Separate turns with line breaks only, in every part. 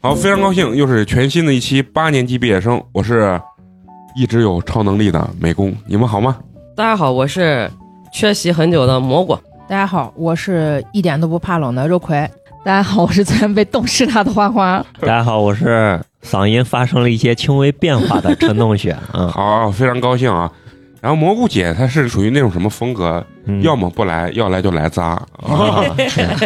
后非常高兴，又是全新的一期八年级毕业生，我是一直有超能力的美工，你们好吗？
大家好，我是缺席很久的蘑 菇。
大家好，我是一点都不怕冷的肉葵。
大家好，我是昨天被冻湿了的花花。
大家好，我是嗓音发生了一些轻微变化的陈 同学啊。
好，非常高兴啊。然后蘑菇姐她是属于那种什么风格？
嗯
要么不来，要来就来仨啊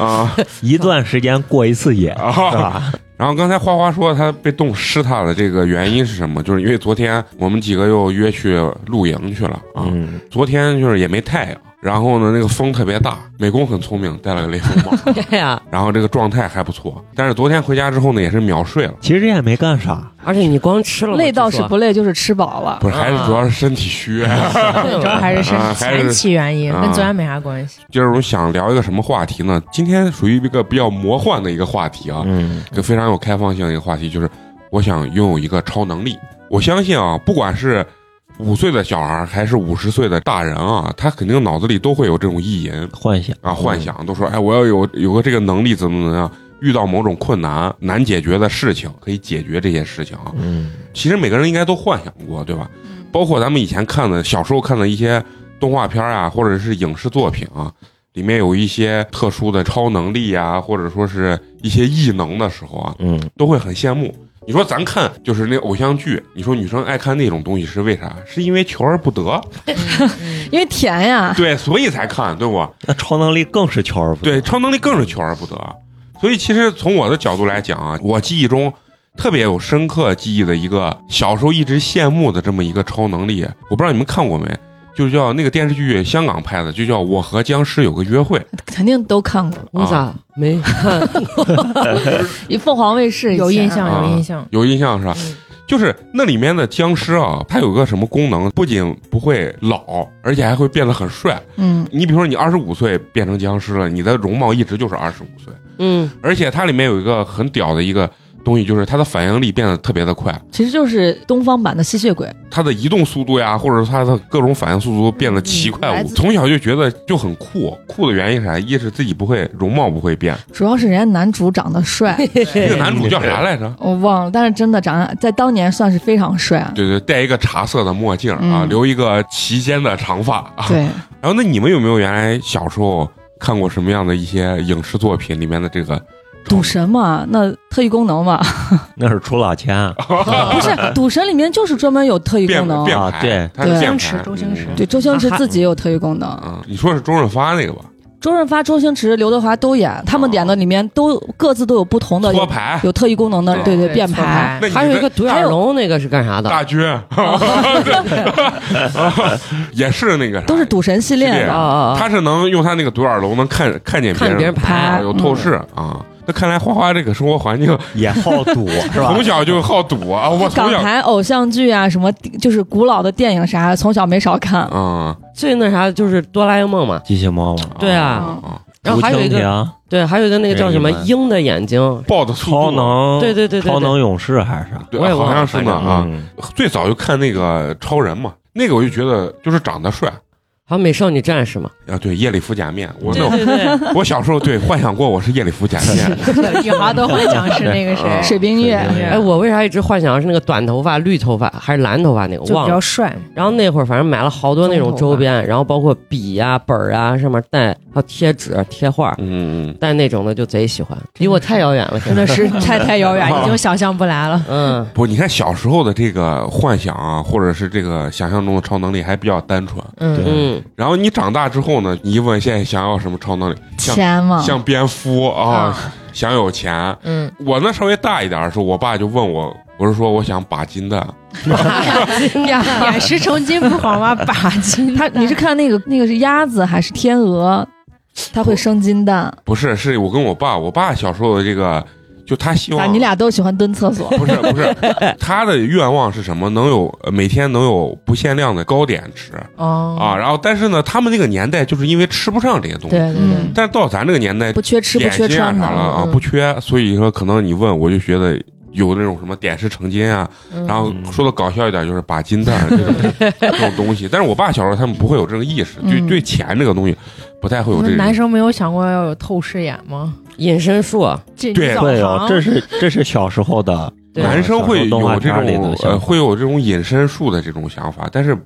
啊
一段时间过一次瘾，是
啊！
吧？
然后刚才花花说她被冻湿她的这个原因是什么？就是因为昨天我们几个又约去露营去了啊。
嗯，
昨天就是也没太阳，然后呢那个风特别大，美工很聪明，戴了个雷 锋帽，
对哎呀，
然后这个状态还不错。但是昨天回家之后呢，也是秒睡了，
其实也没干啥，
而且你光吃了，
累倒
啊
是不累，就是吃饱了。
不是，还是主要是身体虚。
主要还是身
啊
体
还是
前期原因，
啊
跟昨天没啥关系。
今儿我想聊一个什么话题呢？今天属于一个比较魔幻的一个话题啊，
嗯，
一个非常有开放性的一个话题，就是我想拥有一个超能力。我相信啊，不管是五岁的小孩儿还是五十岁的大人啊，他肯定脑子里都会有这种意淫
嗯幻想
啊、幻，想，都说哎，我要有有个这个能力，怎么怎么样。遇到某种困难、难解决的事情，可以解决这些事情啊。
嗯，
其实每个人应该都幻想过，对吧？包括咱们以前看的小时候看的一些动画片啊，或者是影视作品啊，里面有一些特殊的超能力啊，或者说是一些异能的时候啊，
嗯嗯，
都会很羡慕。你说咱看就是那偶像剧，你说女生爱看那种东西是为啥？是因为求而不得，
因为甜呀，
对，所以才看，对不？
那超能力更是求而不
对，
得，
超能力更是求而不得。所以其实从我的角度来讲啊，我记忆中特别有深刻记忆的一个小时候一直羡慕的这么一个超能力，我不知道你们看过没？就是叫那个电视剧香港拍的，就叫《我和僵尸有个约会》。
肯定都看过。
你咋没看？
以凤凰卫视以前
有印象，
啊
有印象。
有印象是吧？
嗯
就是那里面的僵尸啊，它有个什么功能，不仅不会老，而且还会变得很帅。
嗯，
你比如说，你二十五岁变成僵尸了，你的容貌一直就是二十五岁，
嗯，
而且它里面有一个很屌的一个东西，就是它的反应力变得特别的快。
其实就是东方版的吸血鬼。
它的移动速度呀，或者它的各种反应速度变得奇快。
嗯来
我
自
从小就觉得就很酷，酷的原因是啥？一是自己不会容貌不会变，
主要是人家男主长得帅，
那个男主叫啥来着？
我忘了，但是真的长得在当年算是非常帅。
对对，戴一个茶色的墨镜啊，
嗯
留一个齐肩的长发。啊。
对，
然后，那你们有没有原来小时候看过什么样的一些影视作品里面的这个
赌神嘛，那特异功能嘛，
那是出老千，啊
啊
不是赌神里面就是专门有特异
变
功能。
变
啊
牌？
对
他是
对嗯
变
周星
牌
驰周星驰
嗯
对，周星驰自己有特异功能，
啊，你说是周润发那个吧？
周润发、周星驰、刘德华都演，他们演的里面都各自都有不同的
搓
有
牌，
有特异功能的，对对，变
错
牌。
那你
还有一
的
个独眼龙，那个是干啥的？
大 军 也是那个啥
都是赌神系列
系列
的。
啊啊
他是能用他那个独眼龙能看看见
看别人嗯
牌
啊有透视啊。那看来花花这个生活环境
也好赌，是吧
从？小就好赌 啊，
哦
我从
港
小
台偶像剧啊，什么就是古老的电影啥，从小没少 看。
啊，
啊！最那啥就是哆啦 A 梦嘛。
机器猫嘛，
对啊，
嗯
啊，
然后还有一
竹蜻
个
蜓
对，还有一个那个叫什么
人鱼们
鹰的眼睛，
爆的速
超
度，
能，
对对对对对
超能勇士还是啥？
对
我也忘
好像
了
是呢啊。
嗯，
最早就看那个超人嘛，那个我就觉得就是长得帅
还有美少女战士嘛。
啊，对，夜里服假面，我
对
那
对 对，
我小时候对幻想过我是夜里服假 面，
女孩都会讲是那个谁，
水冰月
水冰月
哎，我为啥一直幻想是那个短头发、绿头发还是蓝头发那个
就比
忘了
较？帅。
然后那会儿反正买了好多那种周边，然后包括笔呀、本儿啊，上面带，还有贴纸、贴画，
嗯，
但那种的就贼喜欢，离我太遥远了，
真
真
的。 是太太遥远，已经想象不来了。
嗯，
不，你看小时候的这个幻想啊，或者是这个想象中的超能力还比较单纯，
嗯，
嗯，
然后你长大之后呢，你一问现在想要什么超能力，像
钱嘛，
像蝙蝠啊，
嗯
啊
想有钱。
嗯，
我那稍微大一点的时候，我爸就问我，我是说我想 把金蛋，
点石成金，不枉妈把金。啊
他你是看那个那个是鸭子还是天鹅？它会生金蛋。
不是，是我跟我爸，我爸小时候的这个，就他希
咋
望？
啊你俩都喜欢蹲厕所
不是不是，他的愿望是什么？能有呃每天能有不限量的糕点吃
哦，
嗯
啊。然后，但是呢，他们那个年代就是因为吃不上这些东
对
西，
对对
嗯，
但是到咱这个年代，
不缺吃不
点
缺
心啊
穿
啥了
的。
啊
嗯
不缺，所以说可能你问我就觉得有那种什么点石成金啊，，
嗯
然后说的搞笑一点，就是把金蛋这种这种东西。但是我爸小时候他们不会有这个意识，对
嗯
对钱这个东西不太会有
那
这个
男生没有想过要有透视眼吗？
隐身术，
这
对
早
对哦，
行
这是这是小时候的嗯
对
男生会
小时候动
有
画
这
片里
种
的
呃，
想法
会有这种隐身术的这种想法，但是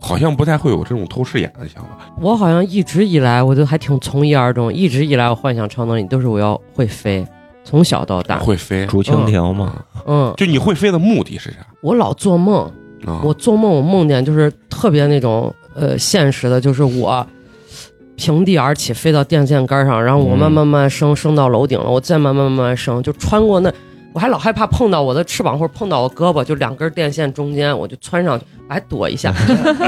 好像不太会有这种透视眼的想法。
我好像一直以来我都还挺从一而终，一直以来我幻想超能力都是我要会飞，从小到大，
会飞，
竹蜻蜓嘛，
嗯，
就你会飞的目的是啥？
我老做梦，
啊、
我做梦我梦见就是特别那种呃现实的，就是我。平地而起，飞到电线杆上，然后我慢慢慢慢升，升到楼顶了，我再慢慢慢慢升，就穿过那，我还老害怕碰到我的翅膀或者碰到我胳膊，就两根电线中间，我就窜上去，我还躲一下，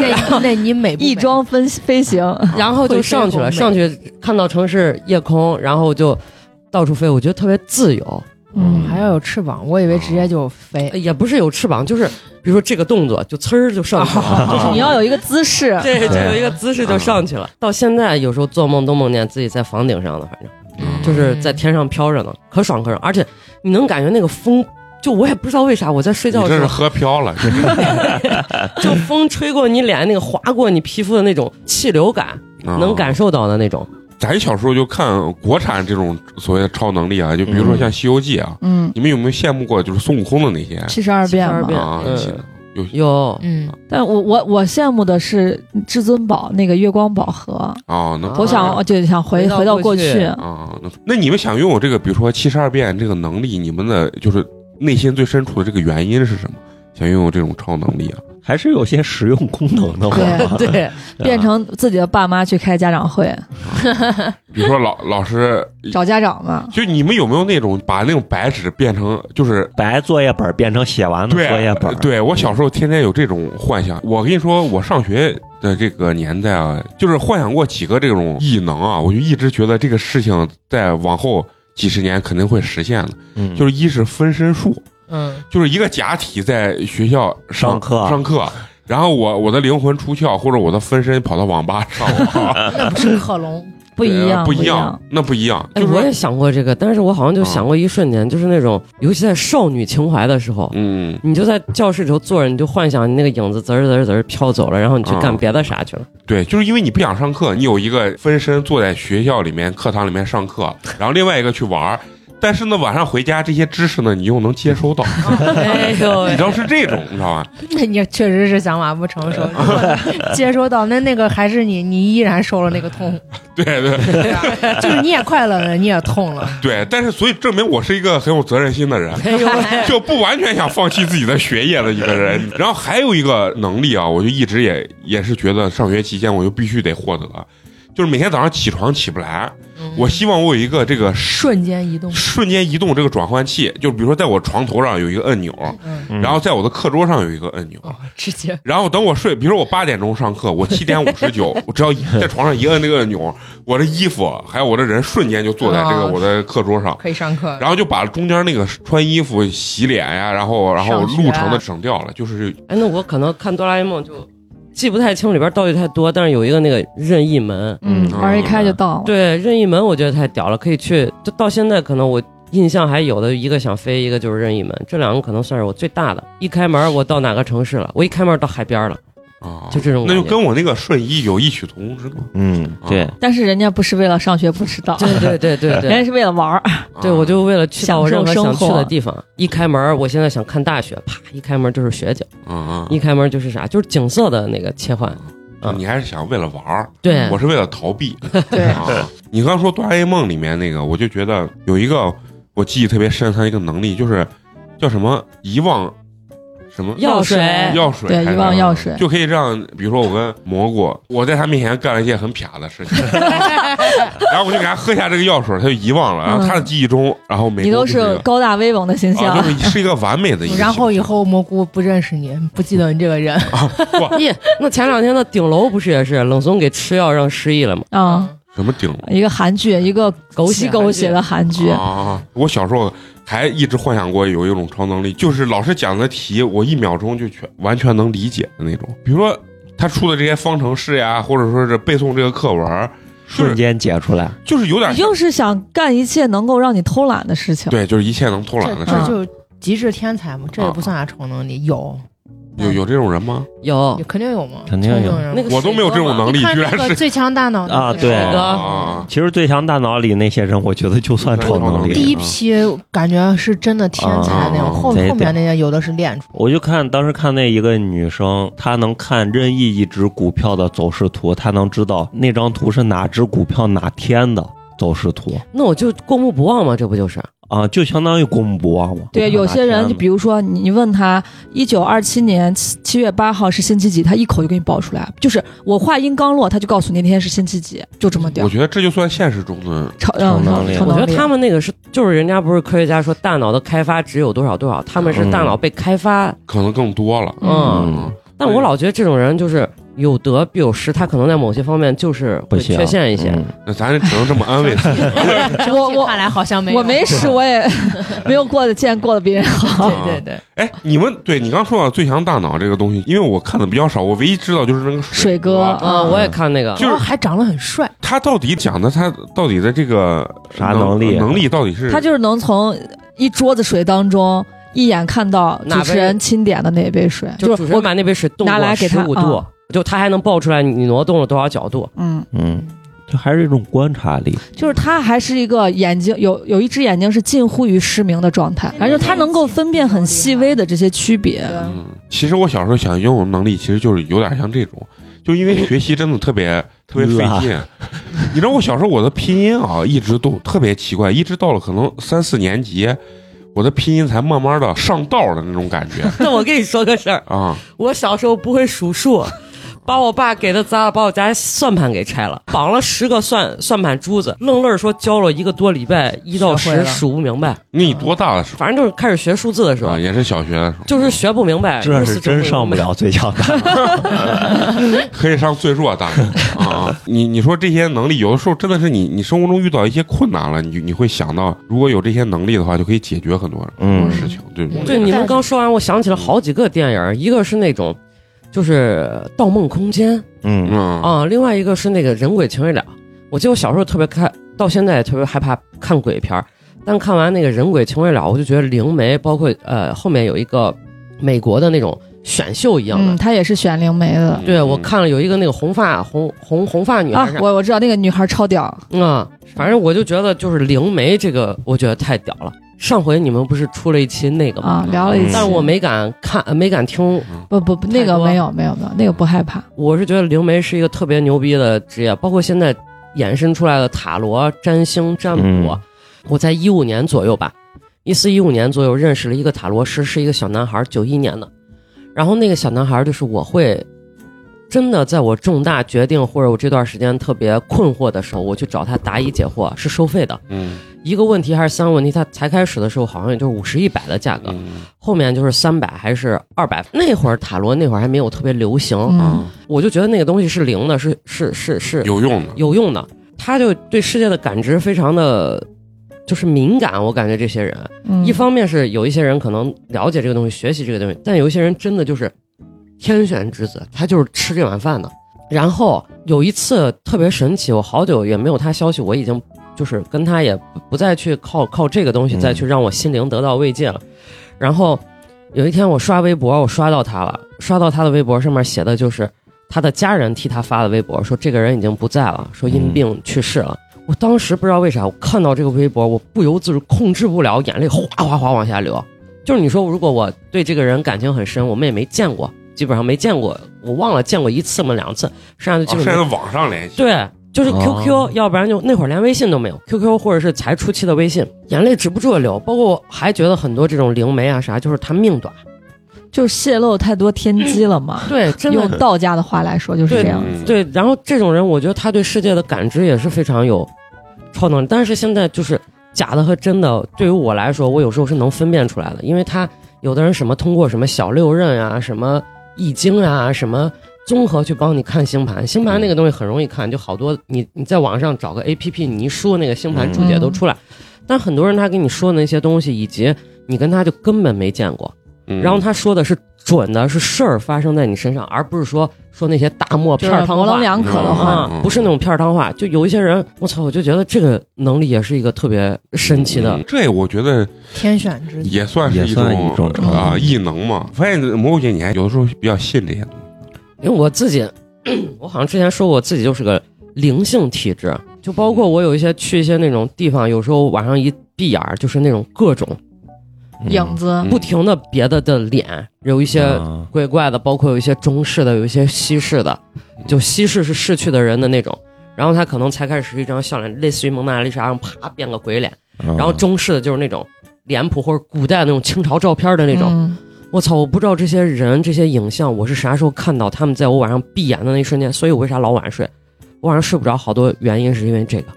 那那你美不美
翼装分飞行，
啊
然后就上去了，
会飞
上去看到城市夜空，然后就到处飞，我觉得特别自由。
嗯，还要有翅膀，我以为直接就飞
呃。也不是有翅膀，就是比如说这个动作就呲儿就上去了，
就是你要有一个 姿势，
对，就有一个姿势就上去了。到现在有时候做梦都梦见自己在房顶上了，反正
嗯
就是在天上飘着呢，可爽可爽。而且你能感觉那个风，就我也不知道为啥，我在睡觉
你
的
这
时
是
候
喝飘了，
就风吹过你脸，那个划过你皮肤的那种气流感，
啊
能感受到的那种。
咱小时候就看国产这种所谓的超能力啊，就比如说像《西游记》啊，
嗯，
你们有没有羡慕过就是孙悟空的那些
七十二变
72
嘛
变。
啊？
嗯
其
有，
嗯，
但我我我羡慕的是至尊宝那个月光宝盒，
啊，那
啊
我想
哦
就想回
回到
回到过
过去
去，
啊，那那你们想拥有这个，比如说七十二变这个能力，你们的就是内心最深处的这个原因是什么？想拥有这种超能力啊？
还是有些实用功能的嘛。
对
对，
吧
变成自己的爸妈去开家长会，
嗯比如说老老师，
找家长嘛。
就你们有没有那种把那种白纸变成就是
白作业本变成写完的
对啊
作业本，
对我小时候天天有这种幻想。我跟你说，我上学的这个年代啊，就是幻想过几个这种异能啊，我就一直觉得这个事情在往后几十年肯定会实现的。
嗯，
就是是一是分身术，
嗯，
就是一个假体在学校上
上课
上课。然后我我的灵魂出窍，或者我的分身跑到网吧上网，
那不是克隆，
不一样，
啊不
一
样，，那不一样，
哎
就，是
我
说啊
也想过这个，但是我好像就想过一瞬间，就是那种，尤其在少女情怀的时候，
嗯，
你就在教室里头坐着，你就幻想你那个影子滋儿滋儿滋儿飘走了，然后你去干
啊
别的啥去了。
对，就是因为你不想上课，你有一个分身坐在学校里面课堂里面上课，然后另外一个去玩儿。但是呢，晚上回家这些知识呢，你又能接收到，
哎呦
你
喂
知！道是这种，你知道吧？
那你确实是想法不成熟。如果接收到那那个还是你，你依然受了那个痛，
对对
对吧？就是你也快乐了，你也痛了。
对，但是所以证明我是一个很有责任心的人，
哎呦喂！
就不完全想放弃自己的学业的一个人。然后还有一个能力啊，我就一直也也是觉得上学期间我就必须得获得，就是每天早上起床起不来，
嗯
我希望我有一个这个
瞬间移动，
瞬间移动这个转换器，就比如说在我床头上有一个按钮，
嗯，
嗯
然后在我的课桌上有一个按钮。
哦，直接
然后等我睡，比如说我八点钟上课，我七点五十 九，我只要一在床上一摁那个按钮，我的衣服还有我的人瞬间就坐在这个
哦
我的课桌上，
可以上课。
然后就把中间那个穿衣服、洗脸呀，然后然后
上学啊
路程的省掉了，就是
哎，那我可能看哆啦 A 梦就记不太清里边道具太多，但是有一个那个任意门，
嗯，
嗯
门一开就到了。
对，任意门我觉得太屌了，可以去。就到现在可能我印象还有的一个想飞，一个就是任意门，这两个可能算是我最大的。一开门我到哪个城市了？我一开门到海边了，
啊，
就这种
那
感觉
就跟我那个瞬移有异曲同工之妙。
嗯，对，
但是人家不是为了上学不迟到，
对对对对对，
人家是为了玩儿。
啊
对，我就为了去到我任何想去
享受生
的
活
地方，一开门，我现在想看大学，啪，一开门就是雪景，
嗯
一开门就是啥，就是景色的那个切换。
嗯，你还是想为了玩儿，
对
我，是为了逃避。
对
啊，你刚说哆啦 A 梦里面那个，我就觉得有一个我记忆特别深，它一个能力就是叫什么遗忘什么。
药水
药
药水
对
还是
遗忘药水
就可以让，比如说我跟蘑菇，我在他面前干了一件很啪的 事情，然后我就给他喝下这个药水，他就遗忘了。然后他的记忆中，然后美
嗯你
国
都
不啊这
是嗯
个
高大威猛的
啊，
形象
就，是是一个完美的一个形象。
然后以后蘑菇不认识你，不记得你这个人。
咦，那前两天的顶楼不是也是冷怂给吃药让失忆了吗？
嗯，
什么顶
一个韩剧，一个
狗血
吸狗血的韩剧，
啊！我小时候还一直幻想过有一种超能力，就是老师讲的题，我一秒钟就全完全能理解的那种。比如说他出的这些方程式呀，或者说是背诵这个课文儿，
瞬间解出来，
就是有点
你就是想干一切能够让你偷懒的事情。
对，就是一切能偷懒
这
的事
儿
儿。
这就是极致天才嘛，这也不算啥超能力，有
嗯
有有这种人吗？
有
肯定有嘛，
肯定有
聪明人
那个
我都没有这种能力，
你看
居
那
然
个
是
最强大脑
啊
那个
对
啊
哥
啊啊
其实《最强大脑》里那些人，我觉得就算超能
对
力。
第一批感觉是真的天才那
啊
种，后
贼屌
后面那些有的是练出
我就看当时看那一个女生，她能看任意一只股票的走势图，她能知道那张图是哪只股票哪天的走势图
那我就过目不忘嘛，这不就是？
啊，就相当于啊过目不忘嘛。
对，有些人就
就
比如说你你问他一九二七年七七月八号是星期几，他一口就给你报出来，就是我话音刚落，他就告诉你那天是星期几，就这么屌
我。觉得这就算现实中的
超
超
嗯，
能力
超
我觉
能
得
力。
他们那个是，就是人家不是科学家说大脑的开发只有多少多少，他们是
嗯
大脑被开发。
可能更多了。
嗯
嗯，
但我老觉得这种人就是有得必有失，他可能在某些方面就是
不
会
行，
缺陷一些。
嗯
那咱只能这么安慰 自己。
来。
我我
看来好像没有
我没使，我也 没有过得见过得别人好。
啊
对对对，
哎，你们对你刚说到最强大脑这个东西，因为我看的比较少，我唯一知道就是那个
水哥嗯
哥，
啊，我也看那个，
就是
然后还长得很帅，
他到底讲的他到底的这个
啥能力啊
能力到底是
他就是能从一桌子水当中一眼看到
哪
主
杯
持人钦点的那杯水，
就主
是
持人
我
把那杯水冻
拿来
过
给
十
他啊
五度，就他还能报出来你挪动了多少角度。
嗯，
嗯，就还是一种观察力。
就是他还是一个眼睛有有一只眼睛是近乎于失明的状态，反正就他能够分辨很细微的这些区别。
啊
嗯，其实我小时候想拥有能力，其实就是有点像这种，就因为学习真的特别特别费劲。 你知道我小时候我的拼音啊，一直都特别奇怪，一直到了可能三四年级，我的拼音才慢慢的上道的那种感觉
那我跟你说个事儿，
啊。
我小时候不会数数， 把我爸给的砸了，把我家算盘给拆了，绑了十个算算盘珠子，愣愣儿说教了一个多礼拜，一到
学会
十
了
数不明白，
你多大的时
反正就是开始学数字的时
候啊？
候，
也是小学的时候，
就是学不明白，
哎
哎
这
公司
是
就会
真上不了最强 大脑。
可以上最弱大脑啊。你你说这些能力，有的时候真的是你你生活中遇到一些困难了，你你会想到，如果有这些能力的话，就可以解决很多
嗯
事情，对不
对，
对？
你们刚说完，我想起了好几个电影儿，一个是那种。就是《盗梦空间》
嗯，
嗯
啊，另外一个是那个《人鬼情未了》。我记得我小时候特别看，到现在也特别害怕看鬼片儿，但看完那个《人鬼情未了》，我就觉得灵媒，包括呃后面有一个美国的那种选秀一样的，
嗯，他也是选灵媒的
对我看了有一个那个红发红红红发女孩
啊
儿，
我我知道那个女孩超屌，
啊、反正我就觉得就是灵媒这个，我觉得太屌了。上回你们不是出了一期那个吗？
啊，聊了一
嗯
期，
但是我没敢看，呃没敢听。
不不不，那
太
个
多
没有没有没有，那个不害怕。
我是觉得灵媒是一个特别牛逼的职业，包括现在衍生出来的塔罗、占星、占卜。
嗯
我在一五年左右吧，一四一五年左右认识了一个塔罗师，是一个小男孩，九一年的。然后那个小男孩就是我会真的在我重大决定或者我这段时间特别困惑的时候，我去找他答疑解惑，是收费的，
嗯
一个问题还是三个问题。他才开始的时候好像也就是五十一百的价格，
嗯
后面就是三百还是二百。那会儿塔罗那会儿还没有特别流行，
嗯，
我就觉得那个东西是灵的，是是是是
有用的。
有用的。他就对世界的感知非常的就是敏感，我感觉这些人，
嗯
一方面是有一些人可能了解这个东西，学习这个东西，但有一些人真的就是天选之子，他就是吃这碗饭的。然后有一次特别神奇，我好久也没有他消息，我已经就是跟他也不不再去靠靠这个东西
嗯
再去让我心灵得到慰藉了。然后有一天我刷微博，我刷到他了，刷到他的微博上面写的就是他的家人替他发的微博，说这个人已经不在了，说因病去世了。我当时不知道为啥，我看到这个微博，我不由自主控制不了，眼泪哗哗哗往下流。就是你说，如果我对这个人感情很深，我们也没见过，基本上没见过，我忘了见过一次嘛两次，剩下就基
哦，
本
现
上
在
没、
网上联系，
对，就是
哦
QQ，、要不然就那会儿连微信都没有，QQ 或者是才初期的微信，眼泪止不住的流。包括我还觉得很多这种灵媒啊啥，就是他命短，
就是泄露太多天机了嘛。
对，真
用
的
道家的话来说就是
对
这样。
嗯，
对，然后这种人，我觉得他对世界的感知也是非常有超能力。但是现在就是假的和真的，对于我来说，我有时候是能分辨出来的，因为他有的人什么通过什么小六壬啊、什么易经啊、什么综合去帮你看星盘，星盘那个东西很容易看，就好多你你在网上找个 A P P，你一输那个星盘注解都出来。但很多人他跟你说的那些东西，以及你跟他就根本没见过，
嗯
然后他说的是准的，是事儿发生在你身上，而不是说说那些大漠
就
片
是
儿汤
模
话
棱。两可的话，
啊
嗯嗯，
不是那种片儿汤话，就有一些人，我操，我就觉得这个能力也是一个特别神奇的
嗯，这我觉得
天选之子，
也算是
也
一
算
种
一种成
啊、
就
异能嘛。发现蘑菇姐，你还有的时候比较信这些东西。
因为我自己， 我好像之前说过我自己就是个灵性体质，就包括我有一些去一些那种地方，有时候晚上一闭眼儿就是那种各种
嗯
影子
嗯
啊不停的别的的脸，有一些
啊
鬼怪的，包括有一些中式的，有一些西式的，就西式是逝去的人的那种，然后他可能才开始是一张笑脸，类似于蒙娜丽莎，然后啪变个鬼脸，
然
然后中式的就是那种脸谱或者古代那种清朝照片的那种，
嗯
我操！我不知道这些人这些影像，我是啥时候看到他们在我晚上闭眼的那一瞬间，所以我为啥老晚睡？我晚上睡不着，好多原因是因为这个。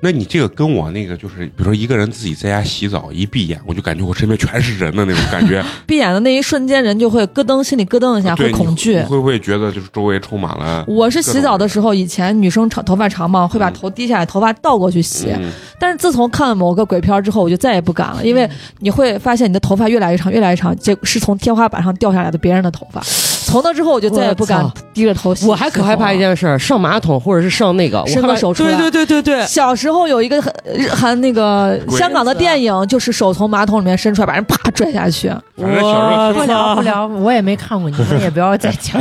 那你这个跟我那个就是，比如说一个人自己在家洗澡，一闭眼我就感觉我身边全是人的那种感 觉，
闭眼的那一瞬间，人就会咯噔，心里咯噔一下，
对
会恐惧
你。会不会觉得就是周围充满了？
我是洗澡的时候，以前女生长头发长嘛，会把
嗯
头低下来，头发倒过去洗。
嗯
但是自从看了某个鬼片儿之后，我就再也不敢了，因为你会发现你的头发越来越长，越来越长，这是从天花板上掉下来的别人的头发。从那之后，我就再也不敢
我
低着头洗。
我还可害怕一件事儿，上马桶或者是上那个，我
伸个
害怕
手出
对
来
对对对对，
小时候有一个很很那个
鬼
香港的电影，就是手从马桶里面伸出来，把人啪拽下去。
反正小时候
不聊不聊，我也没看过，你们也不要再 讲。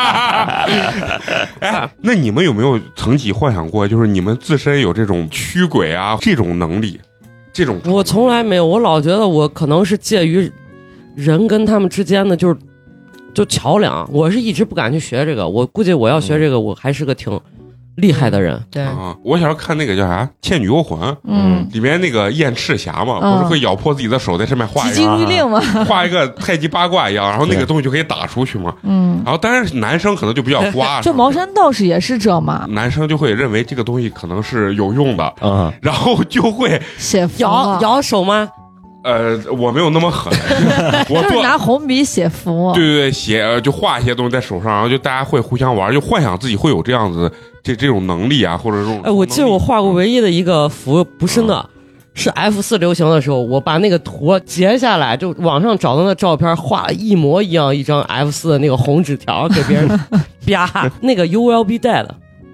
哎，那你们有没有曾几幻想过，就是你们自身有这种驱鬼啊这种能力，这种
我从来没有，我老觉得我可能是介于人跟他们之间的，就是就桥梁。我是一直不敢去学这个，我估计我要学这个，我还是个挺厉害的人。
对，
啊，我小时候看那个叫啥《倩女幽魂》，
嗯，
里面那个燕赤霞嘛，
嗯
不是会咬破自己的手，在上面画
急
一个
惊律令嘛。
画一个太极八卦一样，然后那个
对
东西就可以打出去 嘛。
嗯，
然后当然是男生可能就比较 瓜，
就茅山道士也是这嘛，
男生就会认为这个东西可能是有用的，
啊，
然后就会
写符啊
摇，摇手吗？
呃，我没有那么 狠，我
就是
做
拿红笔写
哦
符。哦
对对对，写呃就画一些东西在手上，然后就大家会互相玩，就幻想自己会有这样子这这种能嗯力啊，或者这种。
哎，我记得我画过
文，
唯一的一个符，不是那，是 F 四流行的时候，我把那个图截下来，就网上找到那照片，画了一模一样一张 F 四的那个红纸条给 别人啪，那个 You will be dead，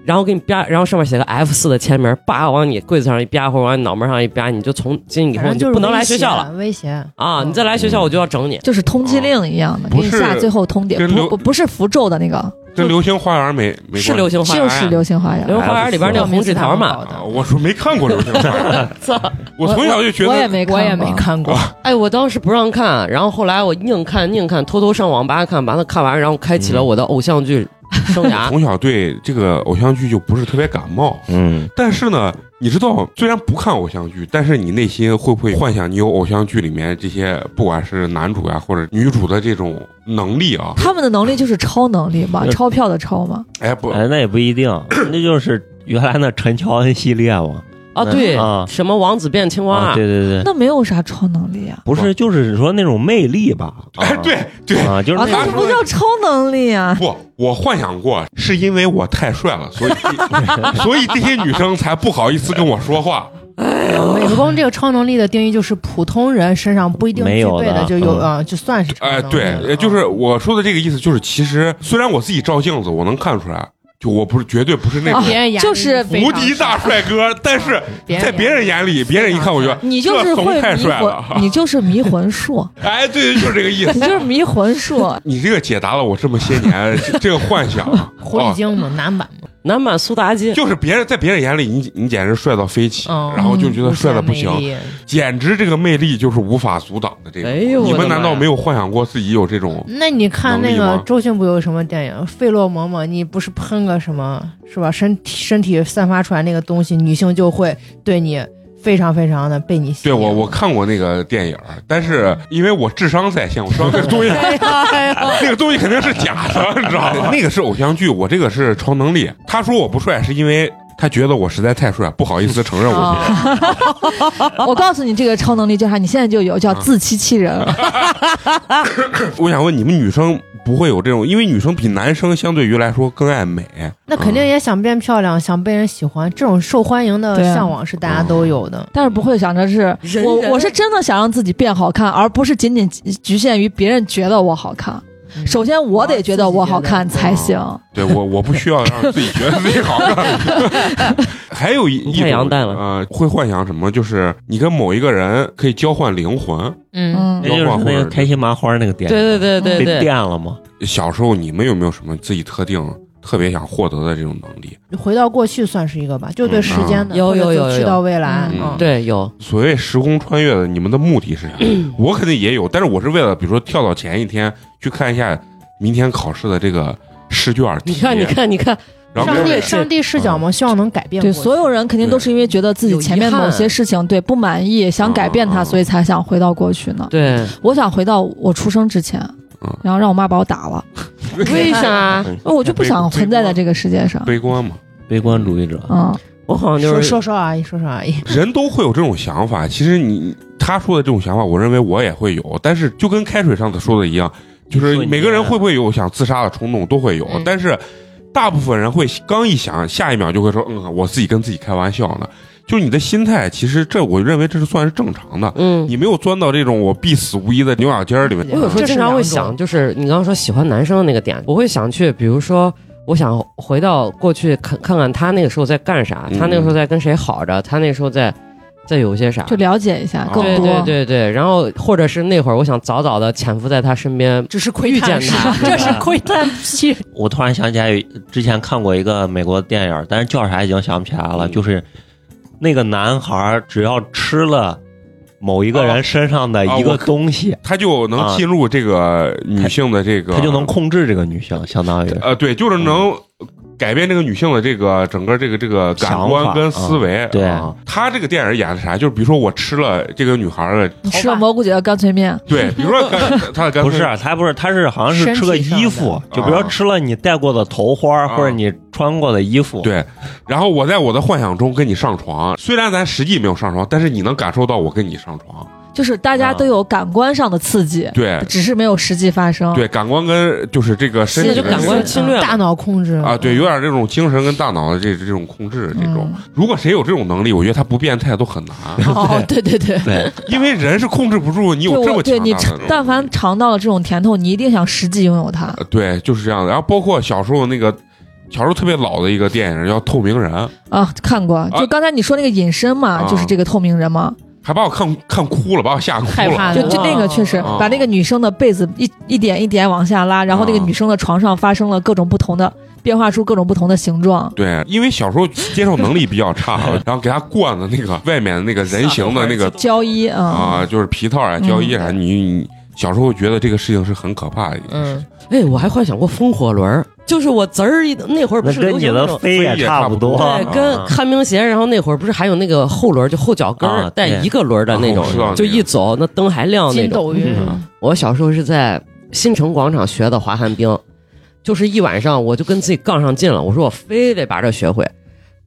然后给你啪，然后上面写个 F 四的签名，叭往你柜子上一啪，或者往你脑门上一啪，你就从今以
反
后
正
你
就是
不能来
威胁
学校了。
威胁
啊！
嗯
你再来学校，我就要整你。
就是通缉令一样的，
不
给
是
你下最后通牒，
跟
不
流
不不是符咒的那个，
跟流星花园没没关系
是流星花园
就
啊，
是流星花
流
园。
星花园里边那个红纸条嘛。
啊！我说没看过流星花园，
操！
啊我从小就觉
我也
得啊
没看过，
我也没看过，
哎，我当时不让看，然后后来我硬看硬看，偷偷上网吧看，把它看完，然后开启了
嗯
我的偶像剧生 涯。
从小对这个偶像剧就不是特别感冒。
嗯，
但是呢，你知道，虽然不看偶像剧，但是你内心会不会幻想你有偶像剧里面这些，不管是男主呀、或者女主的这种能力啊？
他们的能力就是超能力嘛，
呃
嗯
钞票的钞嘛。
哎，不，
哎，那也不一定，那就是原来那陈乔恩系列嘛，
啊，对
啊，
什么王子变青蛙
啊，
啊
对，对对，
那没有啥超能力啊，
不是，就是说那种魅力吧，啊
哎，对对，
啊，就是
啊，
那
那
种
不叫超能力啊。
不，我幻想过，是因为我太帅了，所以所以这些女生才不好意思跟我说话。
美工这个超能力的定义就是普通人身上不一定
没
具
有
备
的
就有
嗯
啊，就算是超
哎、
能力了。
对，呃就
啊
是我说的这个意思，就是其实虽然我自己照镜子，我能看出来，就我不是绝对不哦是那种
啊
哦别人眼里
就是
非常
无敌大帅哥，但是在别人眼里，别人一看我就
你就是
这
会
怂太
迷
帅
魂，
了
你就是迷魂术，
哎，对，就是这个意
你
思。
就是迷魂术。
你这个解答了我这么些年这这个幻想，
狐狸
哦
精嘛，男版嘛，
男版苏妲己。
就是别人在别人眼里，你你简直帅到飞起，
嗯
然后就觉得帅的不行
无，限魅力
简直这个魅力就是无法阻挡的这个。
哎呦，
你
我的
们
妈呀
难道没有幻想过自己有这种？
那你看那
能力
个
吗
周迅不有什么电影《费洛蒙》嘛？你不是喷个什么是吧？身体身体散发出来那个东西，女性就会对你非常非常的被你吸
对
引。
哎
我我看过那个电影，但是因为我智商在线，我知 道那个东西，
哎
那个东西肯定是假的，你知道吗？那个是偶像剧，我这个是超能力。他说我不帅，是因为他觉得我实在太帅，不好意思承认我。
哦
啊，
我告诉你，这个超能力叫啥？你现在就有，叫自欺欺人。
我想问你们女生不会有这种，因为女生比男生相对于来说更爱美。
那肯
嗯
定也想变漂亮，想被人喜欢，这种受欢迎的
对啊
向往是大家都有的。
但是不会想着是
人
我，
人
我是真的想让自己变好看，而不是仅仅局局限于别人觉得我好看。首先我得觉得我好看才行。
对我，我不需要让自己觉得自己好看。 还有一一
太阳蛋了
啊、呃会幻想什么？就是你跟某一个人可以交换灵魂。
嗯，
嗯
那，就是那个开心麻花那个点，
对对对对
被
对，
电了吗？
小时候你们有没有什么自己特定特别想获得的这种能力？
嗯回到过去算是一个吧，就对时间的，
嗯有有有
或
有
者就去到未来，
嗯
嗯，
对有
所谓时空穿越的，你们的目的 是啥？我肯定也有，但是我是为了比如说跳到前一天去看一下明天考试的这个试卷题。
你看你看你看，
然后嗯
上
跟
帝上帝视角嘛，希望能改变
对，
过去
所有人肯定都是因为觉得自己前面某些事情对不满意，想改变它，
嗯
所以才想回到过去呢。
对，
我想回到我出生之前
嗯，
然后让我妈把我打了，
为啥？
那我就不想存在在这个世界上。
悲观嘛，
嗯悲观主义者，
嗯，
我好像就
说
是
说说阿姨，说说啊阿姨，
人都会有这种想法。其实你他说的这种想法，我认为我也会有，但是就跟开水上次说的一样，就是每个人会不会有想自杀的冲动，都会有，
嗯
但是大部分人会刚一想，下一秒就会说，嗯，我自己跟自己开玩笑呢。就是你的心态，其实这我认为这是算是正常的。
嗯，
你没有钻到这种我必死无疑的牛角尖儿里面。
我
嗯
有时候
这是
经常会
两种
想，就是你刚刚说喜欢男生的那个点，我会想去，比如说。我想回到过去看看看他那个时候在干啥，
嗯
他那个时候在跟谁好着，他那个时候在在有些啥，
就了解一下
啊
更
对
多。
哦对对对，然后或者是那会儿，我想早早的潜伏在他身边，
只是
遇
窥
见
探是吧
他，这是窥探癖。
我突然想起来有之前看过一个美国电影，但是叫啥已经想不起来了，
嗯
就是那个男孩只要吃了某一个人身上的一
啊我
个东西，
他就能进入这个女性的这个，
嗯他就能控制这个女性，相当于
呃，对，就是能改变这个女性的这个整个这个这个感官跟思维。
对
啊他这个电影演的啥？就是比如说我吃了这个女孩的，
你吃了蘑菇姐的干脆面，
对，比如说干她的干
不是啊他不是他是好像是吃个衣服，
的
就比如说吃了你戴过的头花、
啊
或者你穿过的衣服，
对，然后我在我的幻想中跟你上床，虽然咱实际没有上床，但是你能感受到我跟你上床。
就是大家都有感官上的刺激，
对
只是没有实际发生。
对，感官跟就是这个身
那
体
就
跟
感官
这
侵略
大脑控制
个啊，对，有点这种精神跟大脑的这这种控制这种。如果谁有这种能力，我觉得他不变态都很难，
哦，对对对。
对，
因为人是控制不住你
就
有这
我
么强
对
大的
你
那
尝
种。
但凡尝到了这种甜头，你一定想实际拥有它。
呃对，就是这样的。然后包括小时候那个，小时候特别老的一个电影叫《透明人》，
啊，看过，就刚才你说那个隐身嘛，
呃啊
就是这个透明人嘛，
还把我看看哭了，把我吓哭
害怕
啊
了。
就就那个确实
哦
把那个女生的被子一一点一点往下拉，然后那个
啊
女生的床上发生了各种不同的变化出各种不同的形状。
对，因为小时候接受能力比较差， 然后给他灌的那个外面的那个人形的那个
交衣啊
啊，，就是皮套啊、胶衣啊，你你小时候觉得这个事情是很可怕的一件事。
嗯，
哎，我还幻想过风火轮儿，就是我滋儿一那会儿不
那
是
跟
流
你
行那
的
种。
飞也差不多，
啊
对，跟
啊
旱冰鞋，然后那会儿不是还有那个后轮儿，就后脚跟儿
啊
带
对
一个轮儿的那种
啊我知道那，个
就一走那灯还亮那
筋
种。
斗云
嗯
我小时候是在新城广场学的滑旱冰，就是一晚上我就跟自己杠上劲了，我说我非得把这学会。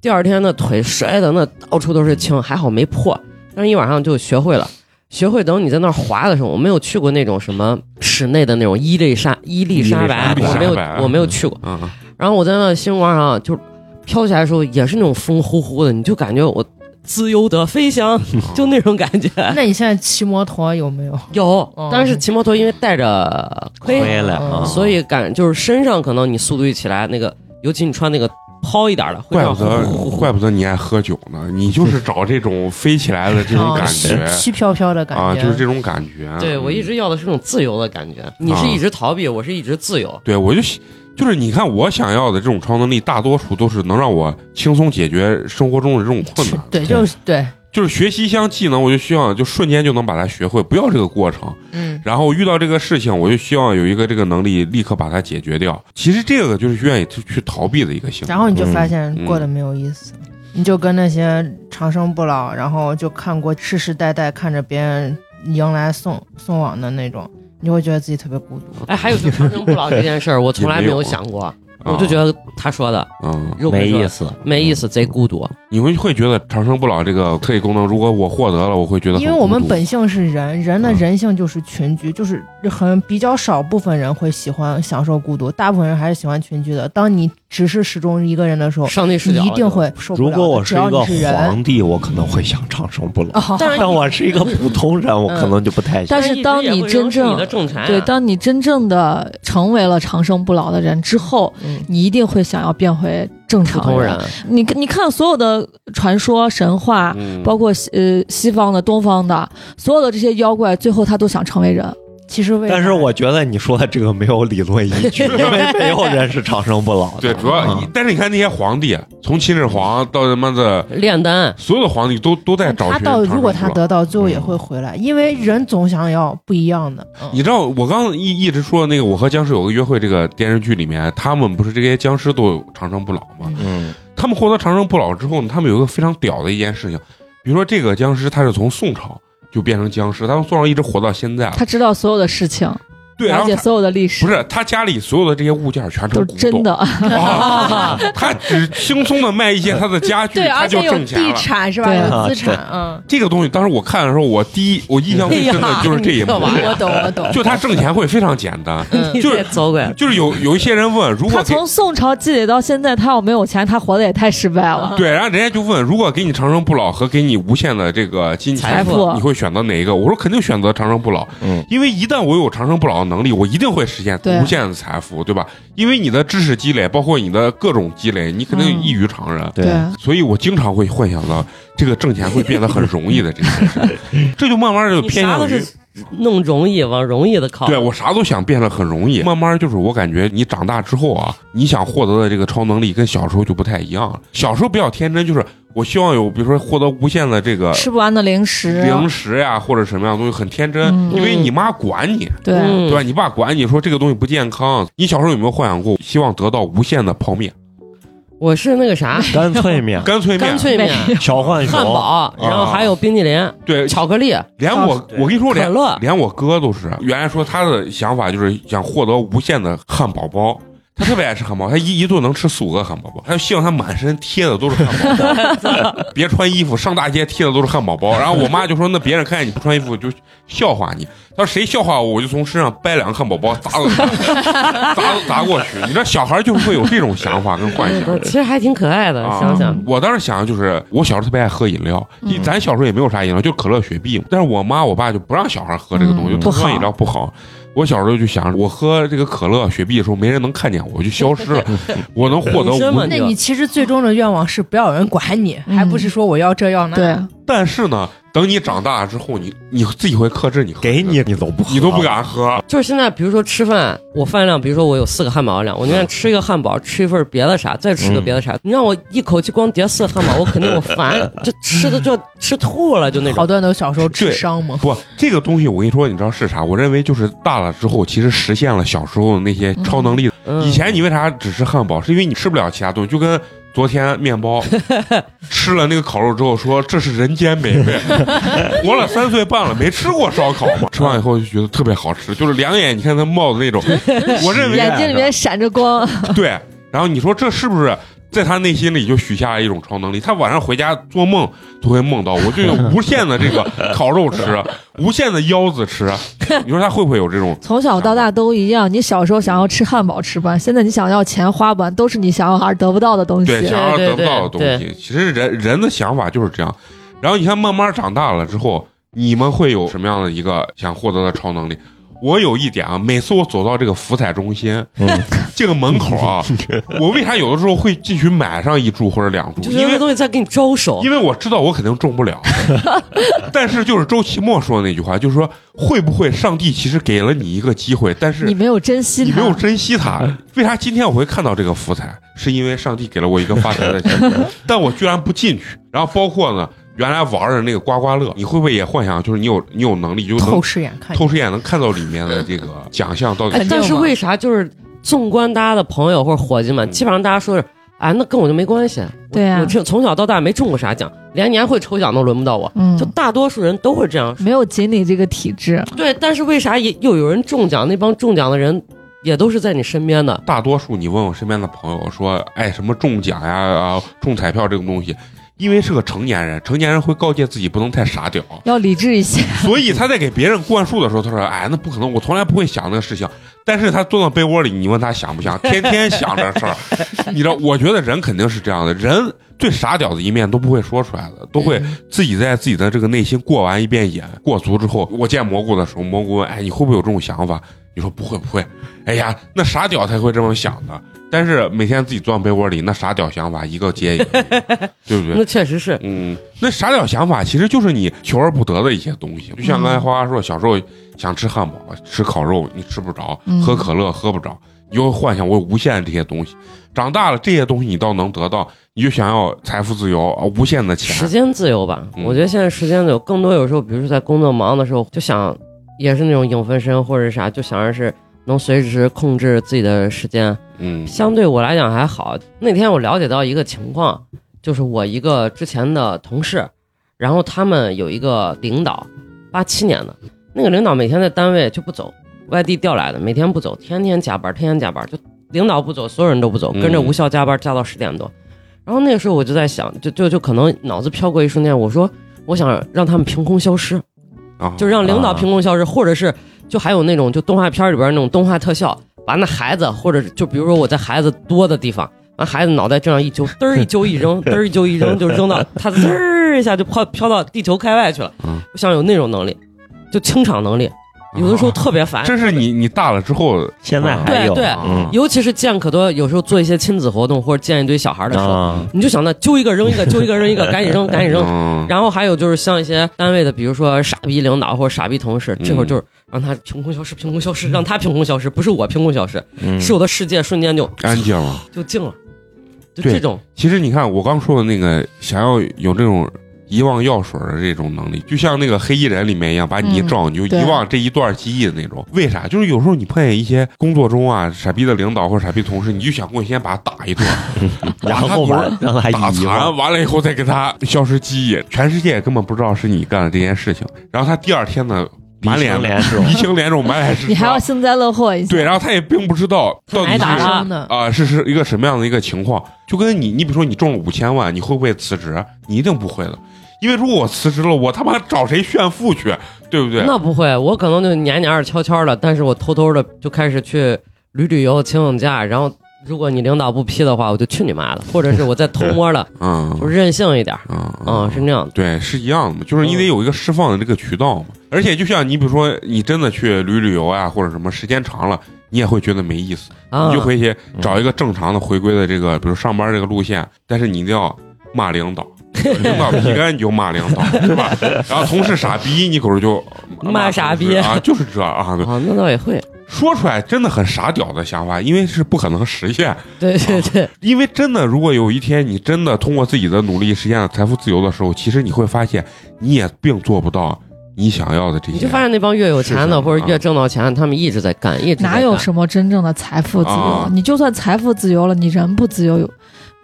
第二天那腿摔的那到处都是青，还好没破，但是一晚上就学会了。学会等你在那儿滑的时候，我没有去过那种什么室内的那种伊丽莎伊丽莎白，
伊丽莎
啊我没有
白
我没有去过。
嗯，
然后我在那新广场就飘起来的时候，也是那种风呼呼的，你就感觉我自由的飞翔，就那种感觉。
那你现在骑摩托有没有？
有
哦，
但是骑摩托因为带着盔，
回来啊，
所以感就是身上可能你速度一起来，那个尤其你穿那个抛一点儿的，会
怪
让
不得
呼呼呼呼
怪不得你爱喝酒呢，你就是找这种飞起来的这种
啊
感
虚
觉
虚飘飘的感觉，。
啊，就是这种感觉。啊
对我一直要的是那种自由的感觉，你是一直逃避，我是一直自由。
对我就喜就是你看我想要的这种超能力，大多数都是能让我轻松解决生活中的这种困难
对，就是对，
就是学习一项技能，我就希望就瞬间就能把它学会，不要这个过程。
嗯，
然后遇到这个事情，我就希望有一个这个能力立刻把它解决掉。其实这个就是愿意去去逃避的一个行为。
然后你就发
嗯
现
嗯
过得没有意思。你就跟那些长生不老，然后就看过世世代代看着别人迎来送送往的那种，你会觉得自己特别孤独。
哎，还有就是长生不老这件事儿，我
啊
从来没有想过，我就觉
得，
得他说的
嗯，
肉
没意
思，
思。
没意思，贼孤独。
你们会觉得长生不老这个特异功能，如果我获得了，我会觉得很
因为我们
孤独
本性是人，人的
嗯
人性就是群居，就是很比较少部分人会喜欢享受孤独，大部分人还是喜欢群居的。当你只是始终一个人的时候，
上帝视
你
角了
一
就
定会受不
如
了的。
果我
只
是
要
一个
你是人，
皇帝，我可能会想长生不
嗯
老；
哦
但是嗯
但我是 一个普通人，我可能就不太想。
但是当你真正
你的仲裁啊、
对，当你真正的成为了长生不老的人之后，
嗯
你一定会想要变回正
普
常
通
人
人。，
你你看所有的传说、神话，
嗯
包括西呃西方的、东方的，所有的这些妖怪，最后他都想成为人。
其实为
但是
啥
我觉得你说的这个没有理论依 据，因为没有人是长生不老的。
对，主
啊
要你、
嗯
但是你看那些皇帝，从秦始皇到他妈的
炼丹，
所有的皇帝都都在找
他
寻
到
长生
如果他
不老
得到，最后也会回来，因为人总想要不一样的。嗯
你知道我刚刚一一直说那个《我和僵尸有个约会》这个电视剧里面，他们不是这些僵尸都有长生不老吗？
嗯，
他们获得长生不老之后呢，他们有一个非常屌的一件事情，比如说这个僵尸他是从宋朝就变成僵尸，他从宋朝一直活到现在了。
他知道所有的事情，
对，然
了
后
解
他
所有的历史，
不是他家里所有的这些物件全成
都是
古
真
董，
的。
啊，他只轻松的卖一些他的家具，
对，
他
而
就
且有
挣钱
地
了。
产是吧？
对
有
啊
资
对
产，嗯。
这个东西，当时我看的时候，我第一我印象最深的就是这一幕，
哎呀
我懂，我懂。
就他挣钱会非常简单，
嗯
就是
走鬼。
就是有有一些人问，如
他
果给
从宋朝积累到现在，他要没有钱，他活得也太失 败了。
对，然后人家就问，如果给你长生不老和给你无限的这个金钱，
财富
你会选择哪一个？我说肯定选择长生不老，
嗯，
因为一旦我有长生不老的能力，我一定会实现
对
无限的财富，对吧？因为你的知识积累，包括你的各种积累，你肯
嗯
定异于常人。
对，
所以我经常会幻想到这个挣钱会变得很容易的这件事，这就慢慢地就
你
偏
啥
向
都
于
是弄容易，往容易的靠。
对我啥都想变得很容易，慢慢就是我感觉你长大之后啊，你想获得的这个超能力跟小时候就不太一样了。小时候比较天真，就是我希望有，比如说获得无限的这个
吃不完的零食，
零食呀、或者什么样的东西，很天真，
嗯
因为你妈管你，
对，
嗯
对吧？你爸管你说这个东西不健康。你小时候有没有幻想过希望得到无限的泡面、
我是那个啥，
干脆面、
干脆面啊
干？脆面、
小浣熊、
汉堡，然后还有冰淇淋、
对，
巧克力、
连我
对
我跟你说，
可
连
乐。
连我哥都是，原来说他的想法就是想获得无限的汉堡包。他特别爱吃汉堡，他一一顿能吃四五个汉堡包，他就希望他满身贴的都是汉堡包，别穿衣服，上大街贴的都是汉堡包。然后我妈就说：“那别人看见你不穿衣服就笑话你。”他说：“谁笑话我，我就从身上掰两个汉堡包砸到他砸砸过去。”你知道小孩就会有这种想法跟幻想。
嗯其实还挺可爱的，
啊
想想。
我当时想的就是，我小时候特别爱喝饮料，
嗯
咱小时候也没有啥饮料，就可乐、雪碧嘛。但是我妈我爸就不让小孩喝这个东西，
嗯
就他
不好
说饮料不好。我小时候就想，我喝这个可乐、雪碧的时候，没人能看见我，我就消失了，我能获得
隐身嘛
无。
那你其实最终的愿望是不要有人管你，
嗯
还不是说我要这要那。
对，
但是呢，等你长大之后，你你自己会克制你喝，
给你，你都不，
你都不。敢喝。
就是现在，比如说吃饭，我饭量，比如说我有四个汉堡量，我宁愿吃一个汉堡，吃一份别的啥，再
嗯
吃个别的啥。你让我一口气光叠四个汉堡，我肯定我 烦，就吃的就吃吐了，就那
好
种。
多人都小时候吃
对
伤嘛，
不，这个东西我跟你说，你知道是啥？我认为就是大了之后，其实实现了小时候的那些超能力
嗯
以前你为啥只吃汉堡？是因为你吃不了其他东西，就跟昨天面 包吃了那个烤肉之后说这是人间美 味。活了三岁半了，没吃过烧烤嘛，吃完以后就觉得特别好吃，就是两眼你看它冒的那 种，我认为啊
眼睛里面闪着光，
对。然后你说这是不是在他内心里就许下了一种超能力？他晚上回家做梦都会梦到我就有无限的这个烤肉 吃，无限的腰子吃。你说他会不会有这种？
从小到大都一样。你小时候想要吃汉堡吃不完，现在你想要钱花不完，都是你想要而得不到的东
对，
西
想。要
对
得
对
不到的东
对
西。其实人人的想法就是这样。然后你看，慢慢长大了之后，你们会有什么样的一个想获得的超能力？我有一点啊，每次我走到这个福彩中心、
嗯
这个门口 啊，我为啥有的时候会进去买上一注或者两注？
就是
因
那
为
个东西在给你招手，
因为我知道我肯定中不 了，但是就是周奇墨说的那句话，就是说会不会上帝其实给了你一个机会，但是
你没有珍惜
你
它
没，有珍惜 它。为啥今天我会看到这个福彩？是因为上帝给了我一个发财 的机会，但我居然不进去。然后包括呢，原来玩的那个刮刮乐，你会不会也幻想，就是你有你有能力就能
透视哎眼看。
透视眼能看到里面的这个奖项到底
哎
肯定
但是
嘛
为啥就是纵观大家的朋友或者伙计们，基本上大家说是啊，那跟我就没关系。我
对啊
我这从小到大没中过啥奖，连年会抽奖都轮不到我。
嗯
就，大多数人都会这样。
没有锦鲤这个体质。
对，但是为啥也又有人中奖？那帮中奖的人也都是在你身边的。
大多数你问我身边的朋友说，哎，什么中奖呀、啊中彩票这种东西，因为是个成年人，成年人会告诫自己不能太傻屌，
要理智一些。
所以他在给别人灌输的时候，他说：“哎，那不可能，我从来不会想那个事情。”但是他钻到被窝里，你问他想不想，天天想这事儿。你知道，我觉得人肯定是这样的，人最傻屌的一面都不会说出来的，都会自己在自己的这个内心过完一遍瘾，过足之后，我见蘑菇的时候，蘑菇问：“哎，你会不会有这种想法？”你说不会不会，哎呀，那傻屌才会这么想的。但是每天自己钻被窝里，那傻屌想法一个接一个，对 不对？
那确实是，
嗯，那傻屌想法其实就是你求而不得的一些东西，就像刚才花花说，小时候想吃汉堡、吃烤肉，你吃不着；
嗯
喝可乐喝不着，你就会幻想我有无限这些东西。长大了，这些东西你倒能得到，你就想要财富自由、啊无限的
时
钱。
间自由吧。
嗯
我觉得现在时间自由更多，有时候比如说在工作忙的时候，就想也是那种影分身或者啥，就想着是能随时控制自己的时间。
嗯
相对我来讲还好。那天我了解到一个情况，就是我一个之前的同事，然后他们有一个领导，八七年的，那个领导每天在单位就不走，外地调来的，每天不走，天天加班，天天加班，就领导不走，所有人都不走，
嗯
跟着无效加班加到十点多。然后那个时候我就在想，就就就可能脑子飘过一瞬间，我说我想让他们凭空消失，
啊，
就让领导凭空消失，或者是就还有那种就动画片里边那种动画特效，把那孩子或者就比如说我在孩子多的地方，完孩子脑袋这样一揪，嘚儿一揪一扔，嘚儿一揪一扔，就 扔到他嘚儿一下就飘飘到地球开外去了。
嗯
我想有那种能力，就清场能力，有的时候特别烦。
啊这是你你大了之后，
现在还有，
对对
嗯
尤其是见可多，有时候做一些亲子活动或者见一堆小孩的时候，
啊，
你就想到揪一个扔一个，揪一个扔一个，赶紧扔，赶紧扔，
嗯，
然后还有就是像一些单位的，比如说傻逼领导或者傻逼同事，
嗯
这会儿就是让他凭空消失，凭空消失，让他凭空消失，不是我凭空消失，
嗯
是我的世界瞬间就
安静了。
就静了，就
对
这种
其实你看，我刚说的那个，想要有这种遗忘药水的这种能力，就像那个黑衣人里面一样，把你一照，你就嗯
对
遗忘这一段记忆的那种。为啥？就是有时候你碰见一些工作中啊，傻逼的领导或者傻逼同事，你就想过去先把他打一 顿，
然后
把
把
他
让他
打
遗
残，
忘，
完了以后再给他消失记忆，全世界根本不知道是你干的这件事情。然后他第二天呢，满
鼻
脸
青 脸肿
鼻，青脸肿，满脸是
你还要
疮
幸灾乐祸一下。
对，然后他也并不知道到底
挨
是
打了
生的，
啊、是是一个什么样的一个情况？就跟你，你比如说你中了五千万，你会不会辞职？你一定不会的，因为如果我辞职了，我他妈找谁炫富去，对不对？
那不会，我可能就蔫蔫儿悄悄的，但是我偷偷的就开始去旅旅游、请请假，然后如果你领导不批的话，我就去你妈的，或者是我再偷摸的，
嗯
我任性一点，啊、
嗯
嗯，是那样的。
对，是一样的嘛，就是你得有一个释放的这个渠道嘛。而且就像你比如说，你真的去旅旅游啊，或者什么，时间长了，你也会觉得没意思，
啊
你就回去找一个正常的回归的这个，比如上班这个路线，但是你一定要骂领导。领 导皮干你就骂领导，对吧？然后同事傻逼，你可是就
骂傻逼
同事啊，就是这啊。对
啊，那倒也会，
说出来真的很傻屌的想法，因为是不可能实现。
对对对，
因为真的，如果有一天你真的通过自己的努力实现了财富自由的时候，其实你会发现你也并做不到你想要的这些。
你就发现那帮越有钱
是
的
是
或者
啊
越挣到钱的，他们一直在干，一直在
哪有
干
什么真正的财富自由？
啊
你就算财富自由了，你人不自由，有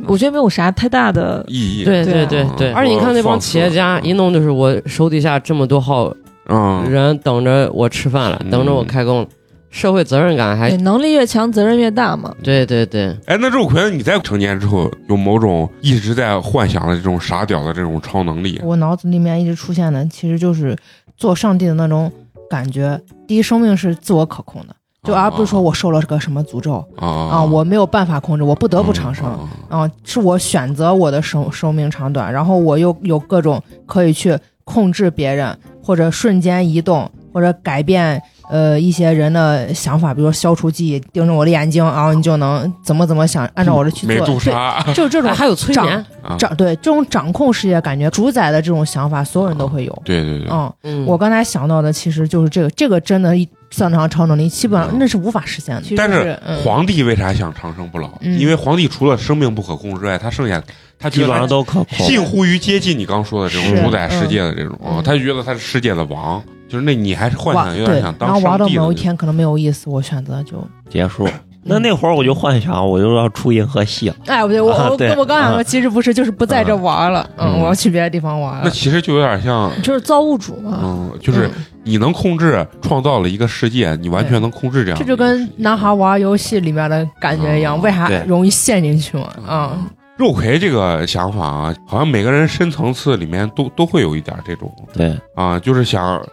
我觉得没有啥太大的。
意义，
对
对
对
啊
对，而且你看那帮企业家，
我放肆
一弄就是我手底下这么多号
嗯，
人等着我吃饭了，
嗯
等着我开工了，社会责任感
对
还，
能力越强，责任越大嘛。
对对对，
哎，那肉葵，你在成年之后有某种一直在幻想的这种傻屌的这种超能力？
我脑子里面一直出现的其实就是做上帝的那种感觉。第一，生命是自我可控的，就而不是
哦
说我受了个什么诅咒
啊
啊，我没有办法控制，我不得不长生
啊
啊，是我选择我的生生命长短，然后我又有各种可以去控制别人，或者瞬间移动，或者改变呃一些人的想法，比如说消除记忆，盯着我的眼睛，然后你就能怎么怎么想，按照我的去
美
做，
杜
对，
莎，
就是这种
哎还有催眠，
啊
掌对这种掌控世界感觉、主宰的这种想法，所有人都会有。
对哦对对，
嗯，
嗯，
我刚才想到的其实就是这个，这个真的算得上超能力，基本上
嗯
那是无法实现的。
但
是
是
嗯
皇帝为啥想长生不老？
嗯
因为皇帝除了生命不可控之外，他剩下他
基
觉得
本上
他
都可控。
近乎于接近你刚说的这种
是
主宰世界的这种，
嗯
哦他就觉得他是世界的王，就是那你还是幻
哇
想有点
对
想，
然
当
后玩
上
到
帝的
某
那
一
种。
天可能没有意思，我选择就
结束。那那会儿我就幻想，我就要出银河系了。
哎，不对，我
啊对
我我刚想说，
啊
其实不是，就是不在这
啊
玩了，
嗯
嗯，我要去别的地方玩
那
了。
其实就有点像，
就是造物主
啊
嘛，
嗯，就是你能控制创造了一个世界，你完全能控制这样的
这
一个世界。
就跟男孩玩游戏里面的感觉一样，
嗯
为啥
对
容易陷进去嘛？
嗯
嗯，
肉葵这个想法啊，好像每个人深层次里面都都会有一点这种
对，
啊，就是想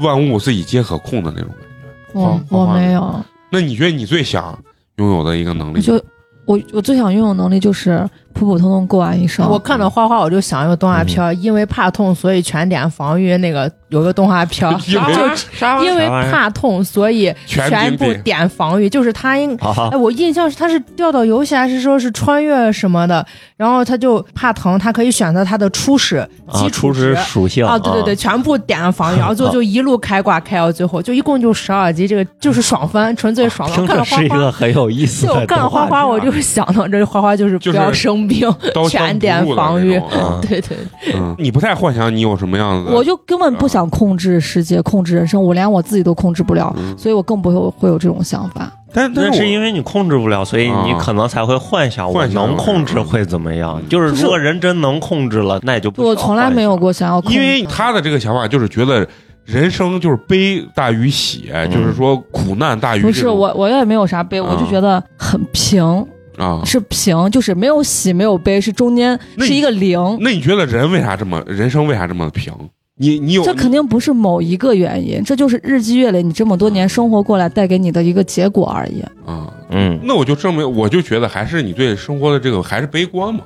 万物自己皆可控的那种感觉。
我
好
我
好
没有，
那你觉得你最想拥有的一个能
我
力？，
就我我最想拥有能力就是普普通通过完一生。
我看到花花，我就想用动画片儿，因为怕痛，所以全点防御那个有个动画片儿
因为
就
啥玩意
因
儿
为怕痛，所以
全
全
屏
部
蔽
点防御，就是他应。
哈哈
哎，，我印象是他是掉到游戏还是说是穿越什么的，然后他就怕疼，他可以选择他的初始、
啊，
基础
初
值
始啊属性
啊，对对对，，全部点防御，然后最后就一路开挂开到最后，就一共就十二集，这个就是爽翻，纯粹爽翻。
啊听
看
着
到花
是一
花，
个很有意思
就
的
看到
动
花
画片
花，
啊。
我就想到这花花就是
就
不
是
要生病，
刀枪
全
不
点
入的
防
那
御
种。 啊
嗯
对对，
嗯，你不太幻想你有什么样子的？
我就根本不想控制世界、控制人生，我连我自己都控制不了，
嗯，
所以我更不会会有这种想法。
但但
那是因
为
为你控制不了，所以你
啊
可能才会幻想我
幻想
能控制会怎么样。就是
不是
如果人真能控制了，那也就不需要
我从来没有过想要控制，
因为他的这个想法就是觉得人生就是悲大于喜，就是说苦难大于
不
这啊
是
种
我，我也没有啥悲，我就觉得很平，
啊。
是平，就是没有喜，没有悲，是中间
那你
是一个零。
那你觉得人为啥这么人生为啥这么平？你你有
这肯定不是某一个原因，这就是日积月累，你这么多年生活过来带给你的一个结果而已。
啊？
嗯，
那我就证明，我就觉得还是你对生活的这个还是悲观嘛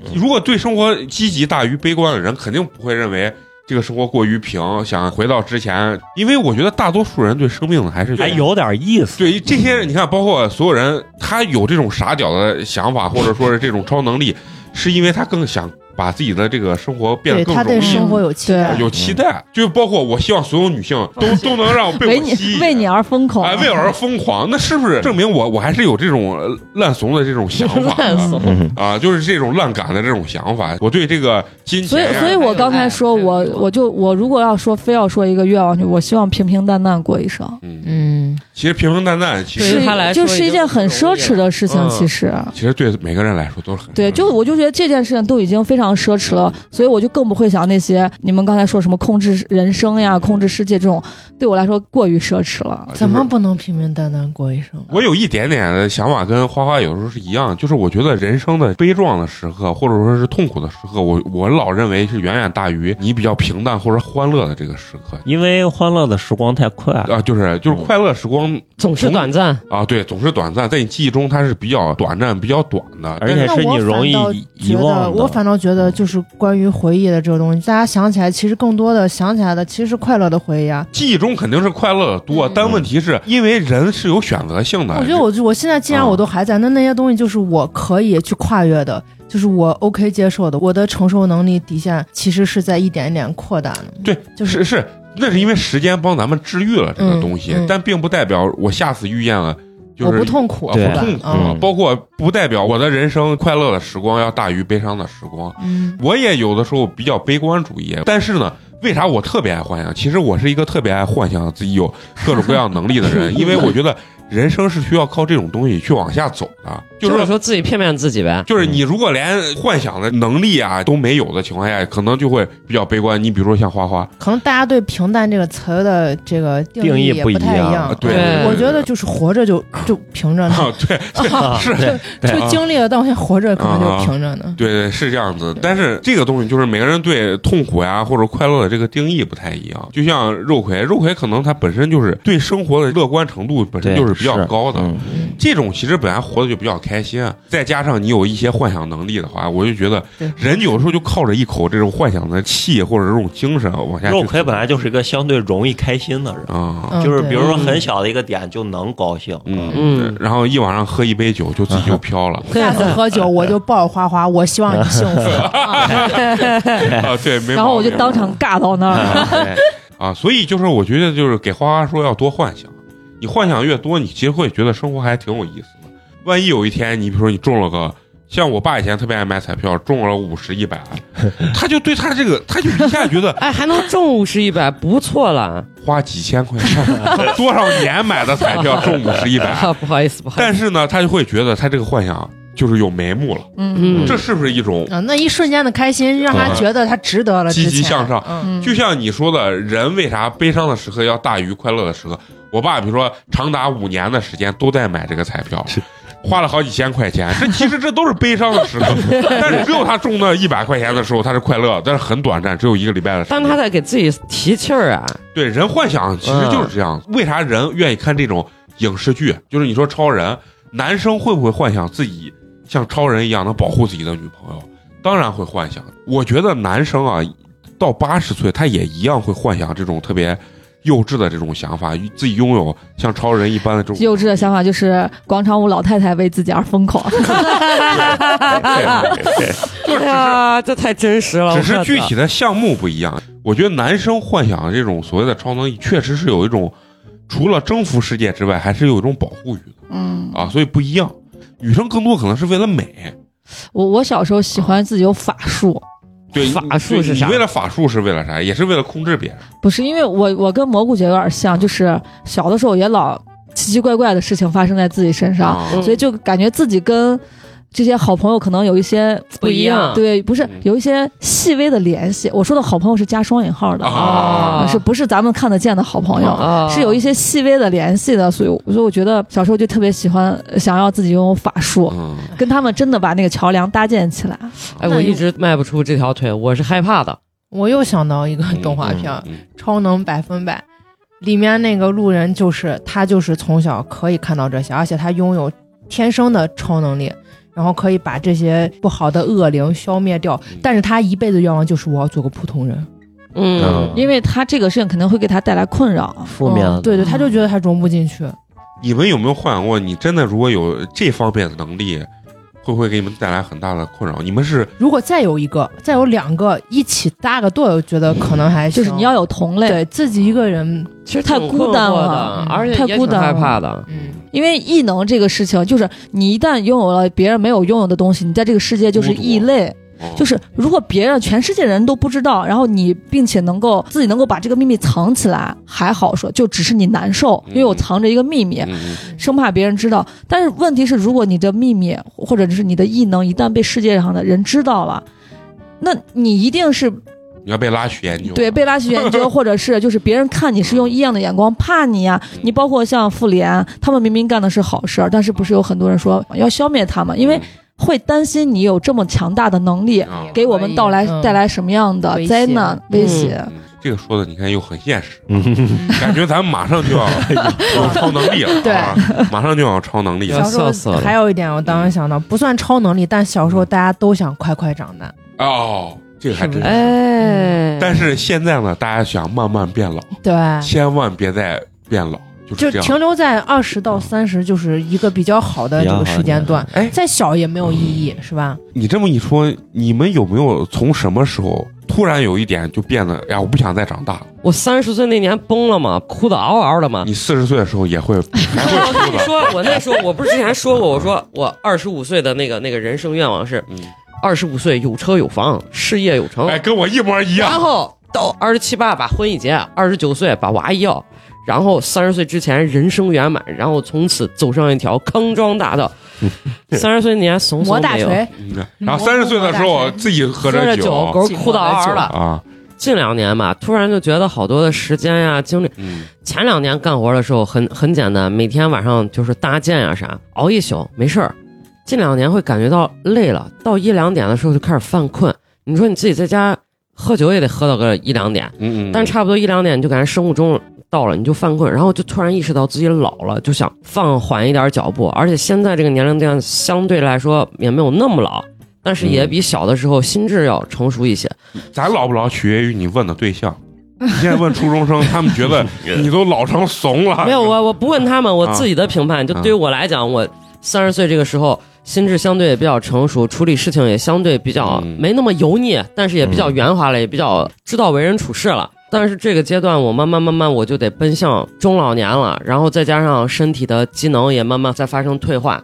嗯。
如果对生活积极大于悲观的人，肯定不会认为这个生活过于平，想回到之前。因为我觉得大多数人对生命还是
还有点意思。
对这些人，你看，包括所有人，他有这种傻屌的想法，或者说是这种超能力，是因为他更想把自己的这个生活变得
对
更
他对
容易
生活有期待
对，
有期待。就包括我希望所有女性都都能让我被
嗯为
我
你
吸引，
为你而疯狂，
哎，为我而疯狂，那是不是证明我我还是有这种呃烂怂的这种想法的？
烂怂
嗯，
啊，就是这种烂杆的这种想法，我对这个金
所以
钱，呀，
所以我刚
哎
才说，我我就我如果要说非要说一个愿望，就我希望平平淡淡过一生，
嗯，
嗯，
其实平平淡淡，其
对于
实
是
他来说
就
已
是
经
一件很奢侈的事情
嗯。
其实，
其实对每个人来说都是很
对，就我就觉得这件事情都已经非常奢侈了，所以我就更不会想那些你们刚才说什么控制人生呀、控制世界这种，对我来说过于奢侈了。
啊
怎
就是
么不能平平淡淡过一生？
我有一点点的想法跟花花有时候是一样，就是我觉得人生的悲壮的时刻，或者说是痛苦的时刻，我我老认为是远远大于你比较平淡或者欢乐的这个时刻
因为欢乐的时光太快，
啊，就是就是快乐时光
总是
从
短暂。
啊，对，总是短暂，在你记忆中它是比较短暂、比较短的，
而且
那
是你
我
容
反
易
倒
遗遗
觉得，
忘
我
的。
反倒觉得就是关于回忆的这个东西，大家想起来，其实更多的想起来的其实是快乐的回忆啊。
记忆中肯定是快乐的多，
嗯
但问题是因为人是有选择性的。
我觉得我就我现在既
啊
然我都还在，那那些东西就是我可以去跨越的，就是我 OK 接受的，我的承受能力底线其实是在一点一点扩大的。
对，
就是
是，那是因为时间帮咱们治愈了这个
嗯
东西，
嗯
但并不代表我下次遇见了就
我
是
不痛苦，
啊
对
不痛苦
嗯
啊，包括不代表我的人生快乐的时光要大于悲伤的时光。
嗯，
我也有的时候比较悲观主义，但是呢，为啥我特别爱幻想？其实我是一个特别爱幻想自己有各种各样能力的人，因为我觉得人生是需要靠这种东西去往下走的，就
就是是说自己骗骗自己呗。
就是你如果连幻想的能力啊都没有的情况下，可能就会比较悲观。你比如说像花花，
可能大家对平淡这个词儿的这个定
定义
也
不一
太
样嗯
啊
样。
对
对
我觉得就是活着就就平着呢，
啊， 对啊
啊
是
对对
就经历了当下活着可能就平着呢。
对对是这样子。但是这个东西就是每个人对痛苦呀或者快乐的这个定义不太一样。就像肉葵，肉葵可能他本身就是对生活的乐观程度本身
对，
就是比较高的。
嗯
这种其实本来活得就比较开心，啊再加上你有一些幻想能力的话，我就觉得
对
人有时候就靠着一口这种幻想的气或者这种精神啊往下去走。
肉葵本来就是一个相对容易开心的人，
啊，
嗯
就是比如说
对
很小的一个点就能高兴。
嗯
嗯
然后一晚上喝一杯酒，就自己就飘 了
下次喝酒我 就抱着花花，我希望你幸福。
啊，对，没毛病。
然后我就当场尬到那 儿，
哎
啊，所以就是我觉得就是给花花说要多幻想，你幻想越多，你其实会觉得生活还挺有意思的。万一有一天你比如说你中了个，像我爸以前特别爱买彩票，中了五十一百，他就对他这个他就一下觉得
哎，还能中五十一百，不错了。
花几千块钱， 多少年买的彩票 中五十一百，
啊，不好意思，不好意思。
但是呢，他就会觉得他这个幻想就是有眉目了，
嗯
这是不是一种
啊，那一瞬间的开心让他觉得他值得了，
积极
之前
向上
嗯，
嗯，
就像你说的，人为啥悲伤的时刻要大于快乐的时刻？我爸比如说长达五年的时间都在买这个彩票，花了好几千块钱，这其实这都是悲伤的石 头，但是只有他中那一百块钱的时候，他是快乐，但是很短暂，只有一个礼拜的时间。
但他在给自己提气儿啊，
对人幻想其实就是这样。为啥人愿意看这种影视剧？就是你说超人，男生会不会幻想自己像超人一样能保护自己的女朋友？当然会幻想。我觉得男生啊，到八十岁他也一样会幻想这种特别幼稚的这种想法，自己拥有像超人一般的这种
幼稚的想法就是广场舞老太太为自己而疯狂，
就是只
哎
是
呀，这太真实了，
只是
我
具
看
体的项目不一样。我觉得男生幻想的这种所谓的超能力，确实是有一种除了征服世界之外，还是有一种保护欲的
嗯
啊，所以不一样。女生更多可能是为了美，
我我小时候喜欢自己有法术，
对
法术
对
是
你
啥
为了法术是为了啥？也是为了控制别人。
不是因为我我跟蘑菇姐有点像，就是小的时候也老奇奇怪怪的事情发生在自己身上，
啊
嗯
所以就感觉自己跟这些好朋友可能有一些
不一样
对，不是
嗯
有一些细微的联系。我说的好朋友是加双引号的，呃
啊
是不是咱们看得见的好朋友？
啊
是有一些细微的联系的，所以我所以我觉得小时候就特别喜欢，呃想要自己拥有法术，
嗯，
跟他们真的把那个桥梁搭建起来。
哎，我一直迈不出这条腿，我是害怕的。
我又想到一个动画片儿，
嗯嗯
超能百分百》，里面那个路人就是他，就是从小可以看到这些，而且他拥有天生的超能力，然后可以把这些不好的恶灵消灭掉
嗯。
但是他一辈子愿望就是我要做个普通人，
嗯
嗯，
因为他这个事情肯定会给他带来困扰，
负面
嗯
的
对对，他就觉得他融不进去。
你们有没有幻想过，你真的如果有这方面的能力，会不会给你们带来很大的困扰？你们是
如果再有一个，再有两个一起搭个队，我觉得可能还行
就是你要有同类，
啊对自己一个人，
其实
太
挺
孤
困
单
惑
了
的而且
太
也
孤
挺
单
害
了
怕的。
嗯，
因为异能这个事情，就是你一旦拥有了别人没有拥有的东西，你在这个世界就是异类。
哦
就是如果别人全世界人都不知道，然后你并且能够自己能够把这个秘密藏起来，还好说，就只是你难受，
嗯
因为我藏着一个秘密，
嗯嗯
生怕别人知道。但是问题是，如果你的秘密或者是你的异能一旦被世界上的人知道了，那你一定是
你要被拉去研究，
对被拉去研究，或者是就是别人看你是用异样的眼光怕你呀、
嗯
你包括像妇联，他们明明干的是好事儿，但是不是有很多人说要消灭他
嗯
们，因为会担心你有这么强大的能力，
啊
给我们到来
嗯
带来什么样的
威胁
灾难威胁？
嗯这个说的你看又很现实。
嗯
感觉咱们马上 就要有超能力了，
对
啊，马上就要有超能力
要
了
小时
笑死
候
了
还有一点，我当时想到，不算超能力，但小时候大家都想快快长大。
嗯
哦，这个还真
是不
是。
哎，
但是现在呢，大家想慢慢变老，
对，
啊
千万别再变老，就是
就
这
停
样。
留在二十到三十，就是一个比较好的
比
这
较
个时间段
好。
哎，
再小也没有意义，是吧？
你这么一说，你们有没有从什么时候突然有一点就变得，哎呀，我不想再长大了？
我三十岁那年崩了嘛，哭的嗷嗷的嘛。
你四十岁的时候也 会，还会
我跟
哭的。
你 说，我那时候我不是之前说过，我说我二十五岁的那个那个人生愿望是
嗯，
二十五岁有车有房，事业有成。
哎，跟我一模一
然
样。
后到二十七八把婚一结，二十九岁把娃一要，然后三十岁之前人生圆满，然后从此走上一条康庄大 道。三十岁那年
嗯
怂怂
磨大
没有，
锤，
嗯然后三十岁的时候自己喝
喝着酒，
酒
狗哭的嗷嗷的。
啊，
近两年吧，突然就觉得好多的时间呀、精力。
嗯，
前两年干活的时候很很简单，每天晚上就是搭建呀、啥，熬一宿没事儿。近两年会感觉到累了，到一两点的时候就开始犯困。你说你自己在家喝酒也得喝到个一两点，
嗯嗯，
但是差不多一两点你就感觉生物钟到了，你就犯困，然后就突然意识到自己老了，就想放缓一点脚步。而且现在这个年龄段相对来说也没有那么老，但是也比小的时候心智要成熟一些。
咱老不老取决于你问的对象。你现在问初中生，他们觉得你都老成怂了。
没有，我我不问他们，我自己的评判。就
啊
对于我来讲，我三十岁这个时候，心智相对也比较成熟，处理事情也相对比较
嗯
没那么油腻，但是也比较圆滑了，也比较知道为人处事了。但是这个阶段，我慢慢慢慢我就得奔向中老年了，然后再加上身体的机能也慢慢在发生退化，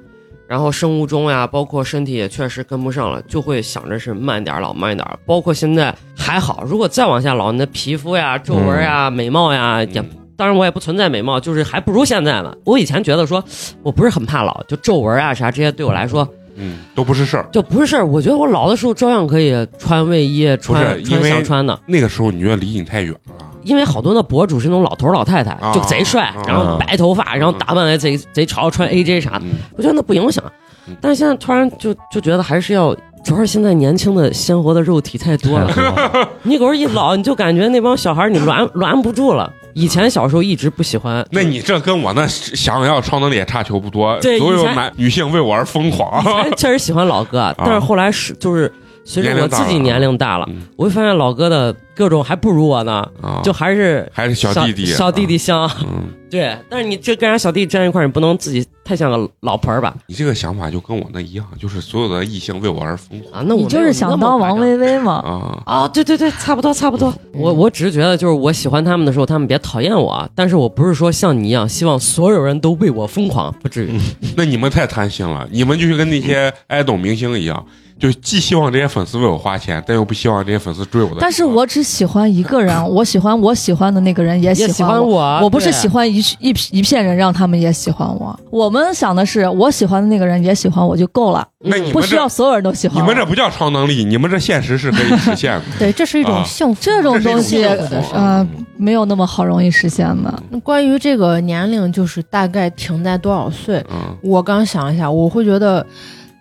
然后生物钟呀，包括身体也确实跟不上了，就会想着是慢点儿老慢点儿。包括现在还好，如果再往下老，你的皮肤呀、皱纹呀、
嗯
美貌呀也当然我也不存在美貌，就是还不如现在呢。我以前觉得说，我不是很怕老，就皱纹啊啥这些对我来说
嗯，都不是事儿。
就不是事儿。我觉得我老的时候照样可以穿卫衣，穿
因
穿
为
想穿的，
那个时候你觉得离你太远了，
因为好多那博主是那种老头儿老太太
啊，
就贼帅
啊，
然后白头发，然后打扮的贼贼潮，穿 AJ 啥的，
嗯
我觉得那不影响
嗯。
但是现在突然就就觉得还是要，主要是现在年轻的鲜活的肉体太多 了，
嗯
你狗一老你就感觉那帮小孩儿你拦拦不住了。以前小时候一直不喜 欢，
那你这跟我那想要超能力也差球不多，
对
所有
以前
男女性为我而疯 狂。
哎确实喜欢老哥，
啊
但是后来是就是随着我自己
年
年龄大了
龄大了啊嗯，
我会发现老哥的各种还不如我呢，
啊
就还是
还是小弟弟，
小弟弟香。
啊。嗯，
对，但是你这跟人家小弟站一块儿，你不能自己太像个老盆儿吧？
你这个想法就跟我那一样，就是所有的异性为我而疯狂
啊，那我
你就是想当王嗯
威
薇薇嘛？
啊。
啊？对对对，差不多差不多。我我只是觉得，就是我喜欢他们的时候，他们别讨厌我，但是我不是说像你一样，希望所有人都为我疯狂，不至于。
那你们太贪心了，你们就是跟那
嗯
些爱豆明星一样，就既希望这些粉丝为我花钱，但又不希望这些粉丝追我的。
但是我只喜欢一个人，我喜欢我喜欢的那个人也
也
喜
喜
欢
欢
我。
我，
我不是
对
喜欢一一批一片人让他们也喜欢我，我们想的是我喜欢的那个人也喜欢我就够了，
那你
不
们
需要
这
所有人都喜欢
你
我。
们这不叫超能力，你们这现实是可以实现的。
对，这是一
啊
种幸福。
这种东西
这是一种幸福的事
呃，
嗯
没有那么好容易实现的。
那关于这个年龄，就是大概停在多少岁？
嗯，
我刚想一下，我会觉得，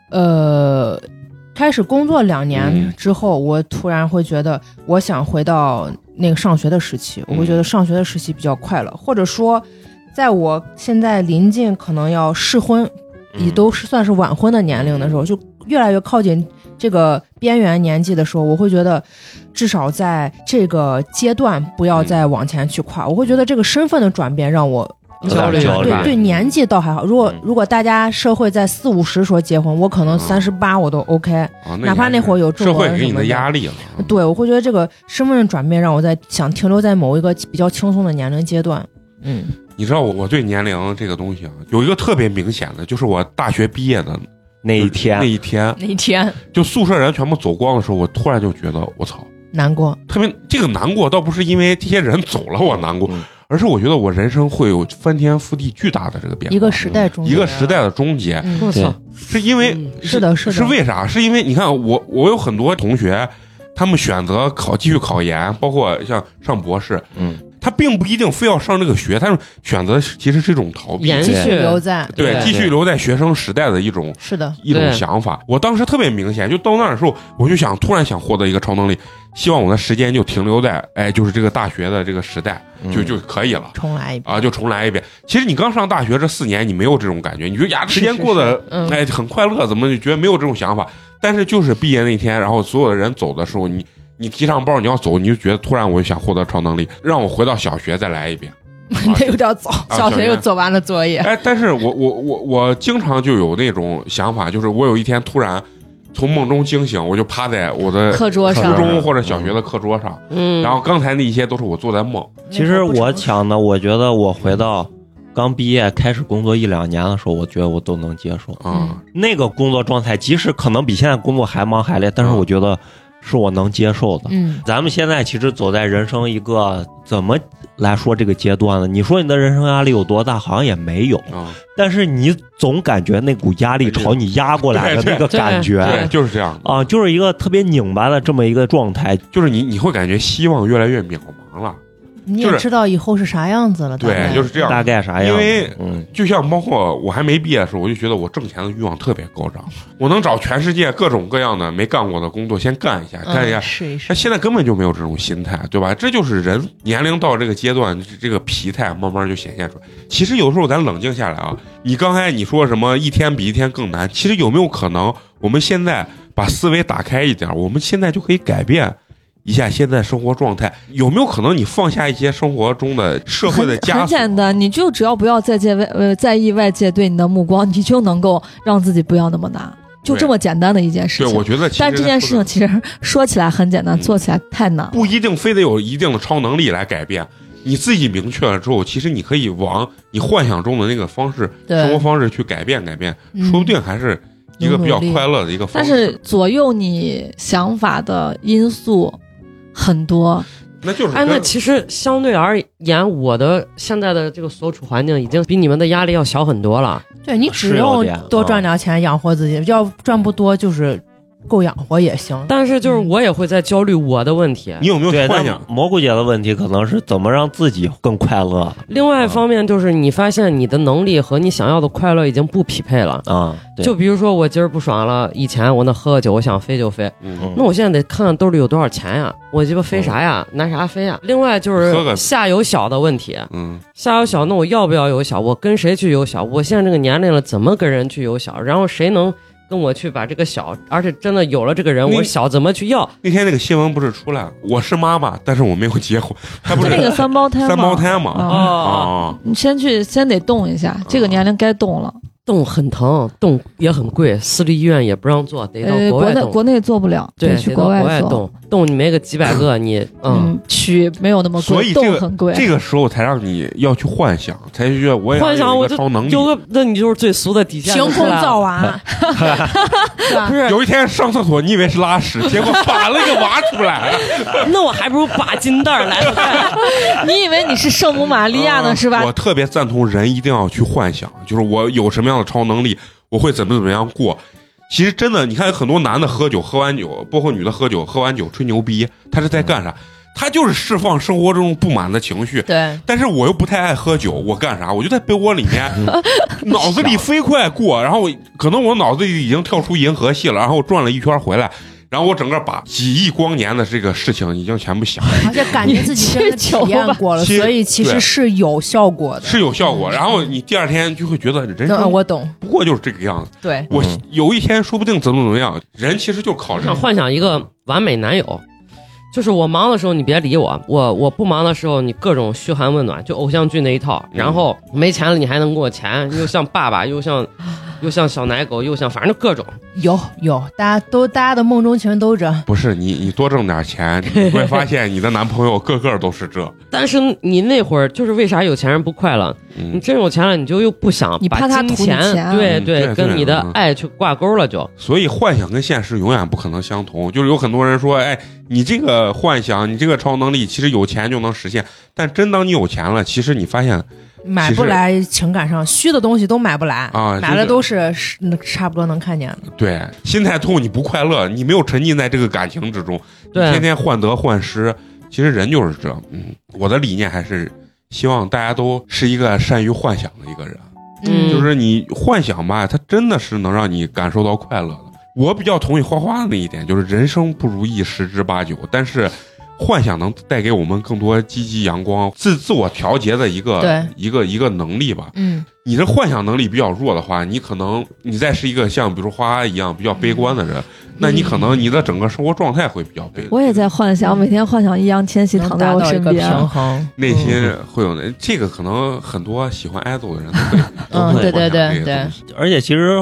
呃，开始工作两
嗯
年之后，我突然会觉得，我想回到那个上学的时
嗯
期，我会觉得上学的时期比较快乐，或者说，在我现在临近可能要适婚，
嗯
也都是算是晚婚的年龄的时候，就越来越靠近这个边缘年纪的时候，我会觉得，至少在这个阶段不
嗯
要再往前去跨，我会觉得这个身份的转变让我。
有点焦虑
对对，年纪倒还好。如果
嗯
如果大家社会在四五十时候结婚，我可能
嗯
三十八我都 OK。
啊
哪怕那会儿有中
社
国
会
人
给
什
你
么
的
的
压力了，
对，我会觉得这个身份的转变让我在想停留在某一个比较轻松的年龄阶段。嗯，
你知道我我对年龄这个东西啊，有一个特别明显的，就是我大学毕业的
那一天
那一天，
那一天
就宿舍人全部走光的时候，我突然就觉得我操，
难过，
特别这个难过倒不是因为这些人走了我难过，
嗯
而是我觉得我人生会有翻天覆地巨大的这个变化，
一个时代中
一个时代的终结，
嗯
我操，
是因为
嗯
是的，是的，
是为啥？是因为你看我，我有很多同学，他们选择考继续考研，包括像上博士，
嗯，
他并不一定非要上这个学，他们选择是其实是一种逃避，
延
继续
续
留在
对，
对
继续留在学生时代的一种
是的，
一种
对
想法。我当时特别明显，就到那儿的时候，我就想突然想获得一个超能力，希望我的时间就停留在哎，就是这个大学的这个时代
嗯
嗯
就就可以了。
重来一遍。
啊，就重来一遍。其实你刚上大学这四年，你没有这种感觉，你觉得呀，时间
是
过得
嗯
哎很快乐，怎么就觉得没有这种想法？但是就是毕业那天，然后所有的人走的时候，你你提上包你要走，你就觉得突然我就想获得超能力，让我回到小学再来一遍。 啊
有点早，
小学
做完了作业。
哎，但是我我我我经常就有那种想法，就是我有一天突然从梦中惊醒，我就趴在我的
课桌
初
课
上，
呃中或者小学的课桌上，
嗯，
然后刚才那一些都是我做的梦。
其实我想的，我觉得我回到刚毕业开始工作一两年的时候，我觉得我都能接受
啊、
那个工作状态，即使可能比现在工作还忙还累，但是
嗯
我觉得是我能接受的。
嗯，
咱们现在其实走在人生一个怎么来说这个阶段呢？你说你的人生压力有多大？好像也没有，
啊，
但是你总感觉那股压力朝你压过来的
对
那个感
对，
觉
就是这样的。
啊，就是一个特别拧巴的这么一个状态。
就是你你会感觉希望越来越渺茫了，
你
就
也
是
知道以后是啥样子了。大
对，
概
就是这样。
大概啥样？
因为
嗯，
就像包括我还没毕业的时候，我就觉得我挣钱的欲望特别高涨，我能找全世界各种各样的没干过的工作先干一下，
嗯
干一下。哎
试一试
那。现在根本就没有这种心态，对吧？这就是人年龄到这个阶段，这这个疲态慢慢就显现出来。其实有时候咱冷静下来啊，你刚才你说什么一天比一天更难，其实有没有可能我们现在把思维打开一点，我们现在就可以改变一下现在生活状态？有没有可能你放下一些生活中的社会
很
的
很
枷锁？
简单，你就只要不要再界外呃在意外界对你的目光，你就能够让自己不要那么难，就
对
这么简单的一件事
对，我
情。
觉得其实
但这件事
不
情其实说起来很简单，
嗯
做起来太难了。
不一定非得有一定的超能力来改变。你自己明确了之后，其实你可以往你幻想中的那个方式、生活
对，
方式去改变改变。
嗯
说不定还是一个比较快乐的一个方
但
式。
是左右你想法的因素很多，
那就是
哎，
跟
那其实相对而言，我的现在的这个所处环境已经比你们的压力要小很多了。
对你
是
只
有
用
点啊
多赚点钱养活自己，要赚不多就是够养活也行。
但是就是
嗯
我也会在焦虑我的问题。
你有没有
对，
幻
但
想？
蘑菇姐的问题可能是怎么让自己更快乐
另外一方面就是你发现你的能力和你想要的快乐已经不匹配了。
啊？对
就比如说我今儿不爽了，以前我那喝个酒，我想飞就飞，
嗯，
那我现在得看看兜里有多少钱呀，我鸡巴飞啥呀，拿啥飞呀。另外就
喝个
是下游小的问题，
嗯，
下游小，那我要不要游小？我跟谁去游小？我现在这个年龄了，怎么跟人去游小？然后谁能跟我去把这个小？而且真的有了这个人，
你
我小怎么去要？
那天那个新闻不是出来了，我是妈妈，但是我没有结婚，她不
就是那个三胞胎嘛
三胞胎嘛？
啊
啊，
啊，
你先去，先得动一下，这个年龄该动了。
动很疼，动也很贵，私立医院也不让做，得到
呃，
国
国
外
内
动。
国内做不了，
对，
得
得
去
到
国
国
做。
动，动你没个几百个，你嗯，
嗯，取没有那么
所以
贵，
这个
动很贵。
啊这个时候才让你要去幻想，才觉得我也
幻想
有一
我
个
就
超能
嗯
力。
有个，那你就是最俗的底线
凭
就出
空
来了。
造娃，对吧
不？是，
有一天上厕所，你以为是拉屎，结果反了一个娃出来。
那我还不如把金蛋儿来得快。
你以为你是圣母玛利亚呢，
嗯
是吧
我？特别赞同人一定要去幻想，就是我有什么样的超能力，我会怎么怎么样过。其实真的，你看很多男的喝酒，喝完酒，包括女的喝酒，喝完酒吹牛逼，他是在干啥？他就是释放生活中不满的情绪。
对，
但是我又不太爱喝酒，我干啥？我就在被窝里面， 脑子里飞快过，然后我可能我脑子里已经跳出银河系了，然后我转了一圈回来，然后我整个把几亿光年的这个事情已经全部想了。
而且感觉自己真的体验过了，
其实
所以其
对
实是有效果的。
是有效果，然后你第二天就会觉得人
嗯，
生
我懂，
不过就是这个样子。
对，
我
嗯
有一天说不定怎么怎么样，人其实就考
我
虑
想幻想一个完美男友，就是我忙的时候你别理我，我我不忙的时候你各种嘘寒问暖，就偶像剧那一套。然后没钱了你还能给我钱，又像爸爸，又 像又像小奶狗，又像反正就各种。
有有，大家都大家的梦中情人都是这，
不是你，你多挣点钱，你会发现你的男朋友个个都是这。
但是你那会儿就是为啥有钱人不快乐？你
嗯，
真有钱了，你就又不想
你
把
怕他
金
图你
钱，
钱啊
对
嗯对对
跟你的
嗯
爱去挂钩了就。
所以幻想跟现实永远不可能相同。就是有很多人说，哎，你这个幻想，你这个超能力，其实有钱就能实现。但真当你有钱了，其实你发现
买
其实
不来情感上虚的东西都买不来，
啊
买
就
的
是
都是是那差不多能看见的。
对，心态痛，你不快乐，你没有沉浸在这个感情之中，
对
你天天患得患失。其实人就是这，嗯，我的理念还是希望大家都是一个善于幻想的一个人，
嗯
就是你幻想吧，它真的是能让你感受到快乐的。我比较同意花花的那一点，就是人生不如意十之八九，但是幻想能带给我们更多积极阳光、自自我调节的一个
对
一个一个能力吧。
嗯，
你的幻想能力比较弱的话，你可能你再是一个像比如花花一样比较悲观的人，那你可能你的整个生活状态会比较悲，
我也在幻想，每天幻想易烊千玺
能
躺在
达
我
到一
身
个
边。
平衡，
内心会有那这个可能很多喜欢 idol 的人都会，
嗯
都会
对对
幻想这
对
个
对
东西
而且其实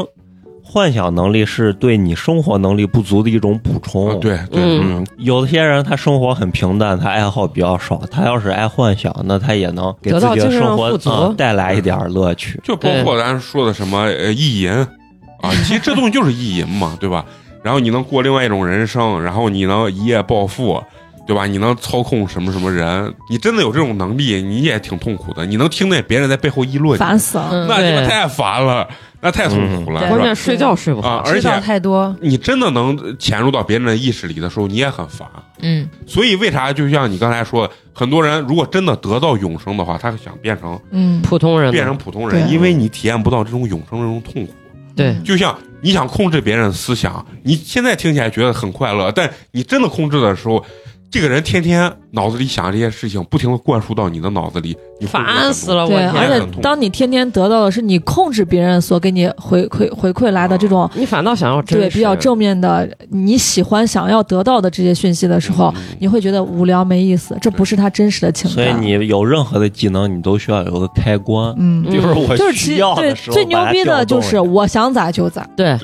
幻想能力是对你生活能力不足的一种补充。
啊，对对，
嗯
嗯，有些人他生活很平淡，他爱好比较少，他要是爱幻想，那他也能给自己
得到精
的生活
神上富足
嗯带来一点乐趣。
就包括咱说的什么呃意淫啊，其实这东西就是意淫嘛，对吧？然后你能过另外一种人生，然后你能一夜暴富。对吧？你能操控什么什么人？你真的有这种能力，你也挺痛苦的。你能听见别人在背后议论你，
烦死了！
嗯
那你们
对
太烦了，那太痛苦了，
嗯
是
关
吧？
键睡觉睡不好
啊，，而
知道
且
太多，
你真的能潜入到别人的意识里的时候，你也很烦。
嗯，
所以为啥就像你刚才说，很多人如果真的得到永生的话，他想变成
嗯，
普通人呢
变成普通人，
对
因为你体验不到这种永生这种痛苦。
对
就像你想控制别人的思想，你现在听起来觉得很快乐，但你真的控制的时候，这个人天天脑子里想这些事情，不停的灌输到你的脑子里，你会觉得很
烦死了，我
对，
天
而
很
哪！
痛
且当你天天得到的是你控制别人所给你回馈回馈来的这种。
你反倒想要真
对，比较
实
正面的，你喜欢、想要得到的这些讯息的时候，
嗯
你会觉得无聊、没意思，这不是他真实的情
所以
感。
你有任何的技能，你都需要有个开关。
嗯，
嗯
就是我
就是
呃需
其
要
对
的时候
最牛逼的就是
把它调动一下
我想咋就咋，
对，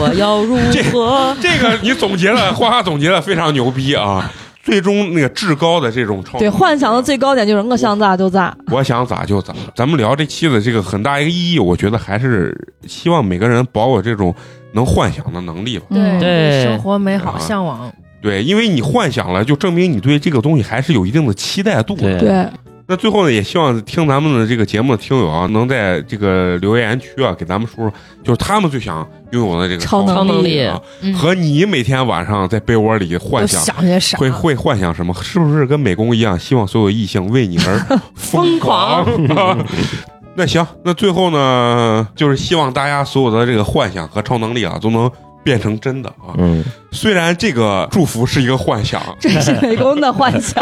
我要如何？
这个你总结了，花花总结的非常牛逼啊！最终那个至高的这种超能
嗯
力
对，幻想的最高点就是我想咋就咋。
我想咋就咋。咱们聊这期的这个很大一个意义，我觉得还是希望每个人保有这种能幻想的能力吧。
嗯
对
生活美好
啊
向往，
对，因为你幻想了，就证明你对这个东西还是有一定的期待度的。
对
对，
那最后呢，也希望听咱们的这个节目的听友啊，能在这个留言区啊，给咱们说说，就是他们最想拥有的这个
超
能
能力
啊，
嗯
和你每天晚上在被窝里幻
都
想。
想些啥？
会会幻想什么？是不是跟美工一样，希望所有异性为你而疯狂？ 那行，那最后呢，就是希望大家所有的这个幻想和超能力啊，都能变成真的啊。
嗯，
虽然这个祝福是一个幻想，
这是美工的幻想。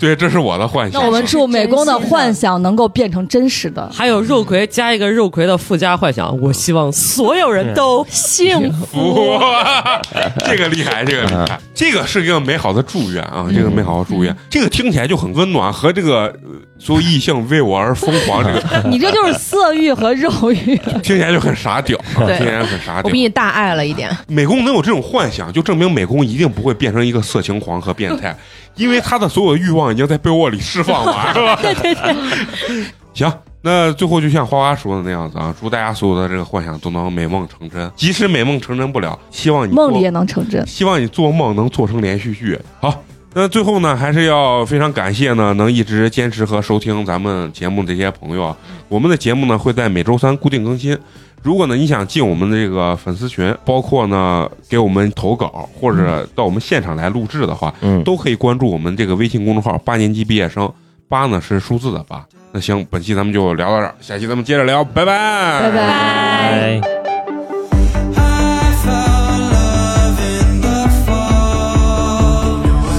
对，这是我的幻想。
那我们祝美工的幻想能够变成真实的。
还有肉葵加一个肉葵的附加幻想，我希望所有人都幸福。
哇， 这个厉害，这个厉害，这个是一个美好的祝愿啊，这个美好的祝愿，这个听起来就很温暖，和这个呃所有异性为我而疯狂，这个
你这就是色欲和肉 欲。
听起来就很傻屌，啊
对
听起来很傻
我
屌
比。你大爱了一点，
美工能有这种幻想，就证明美工一定不会变成一个色情狂和变态，因为他的所有欲望已经在被窝里释放完了。对对对，行。那最后就像花花说的那样子啊，祝大家所有的这个幻想都能美梦成真。即使美梦成真不了，希望你
梦
做
里也能成真。
希望你做梦能做成连续剧。好，那最后呢，还是要非常感谢呢，能一直坚持和收听咱们节目的这些朋友啊。我们的节目呢会在每周三固定更新。如果呢你想进我们的这个粉丝群，包括呢给我们投稿或者到我们现场来录制的话，
嗯，
都可以关注我们这个微信公众号“八年级毕业生”，八呢是数字的八。那行，本期咱们就聊到这儿，下期咱们接着聊，拜拜，
拜拜。
拜。
I found love in the fall.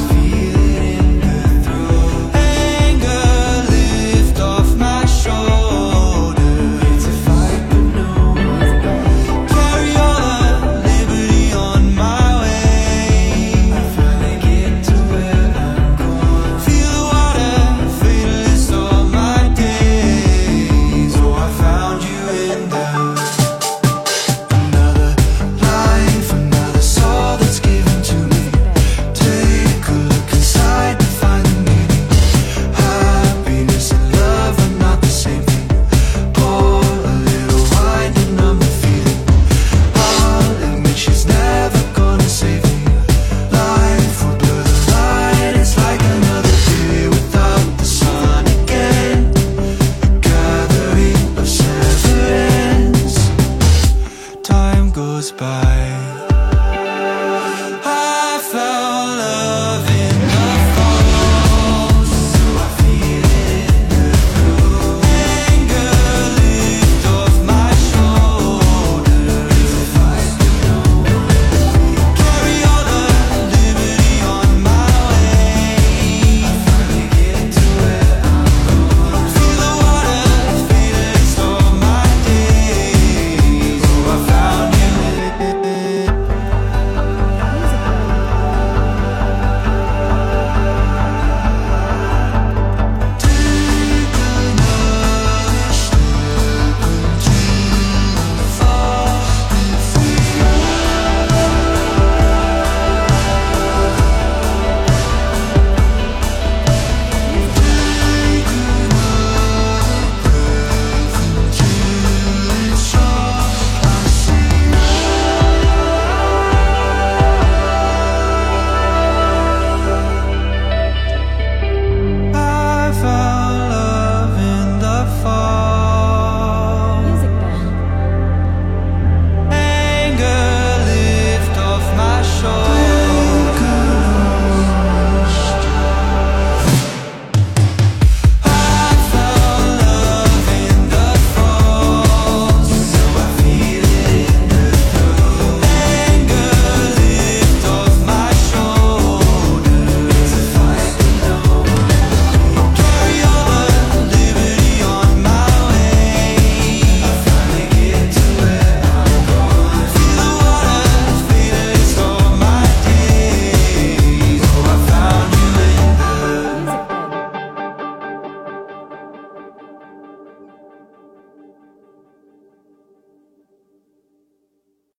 feel it in her throat. Anger lift off my shoulder. It's a fight, but no Carry all the liberty on my way. I finally get to where I'm going. Feel the water, fearless all my days. Oh, I found you in the. Another life, another soul that's given to me. Take a look inside to find the meaning. Happiness and love are not the same thing. Pour a little wine to numb the feeling. I'll admit she's never gonna save me. Life will blur the light. It's like another day without the sun again. A gathering of seven ends time goes by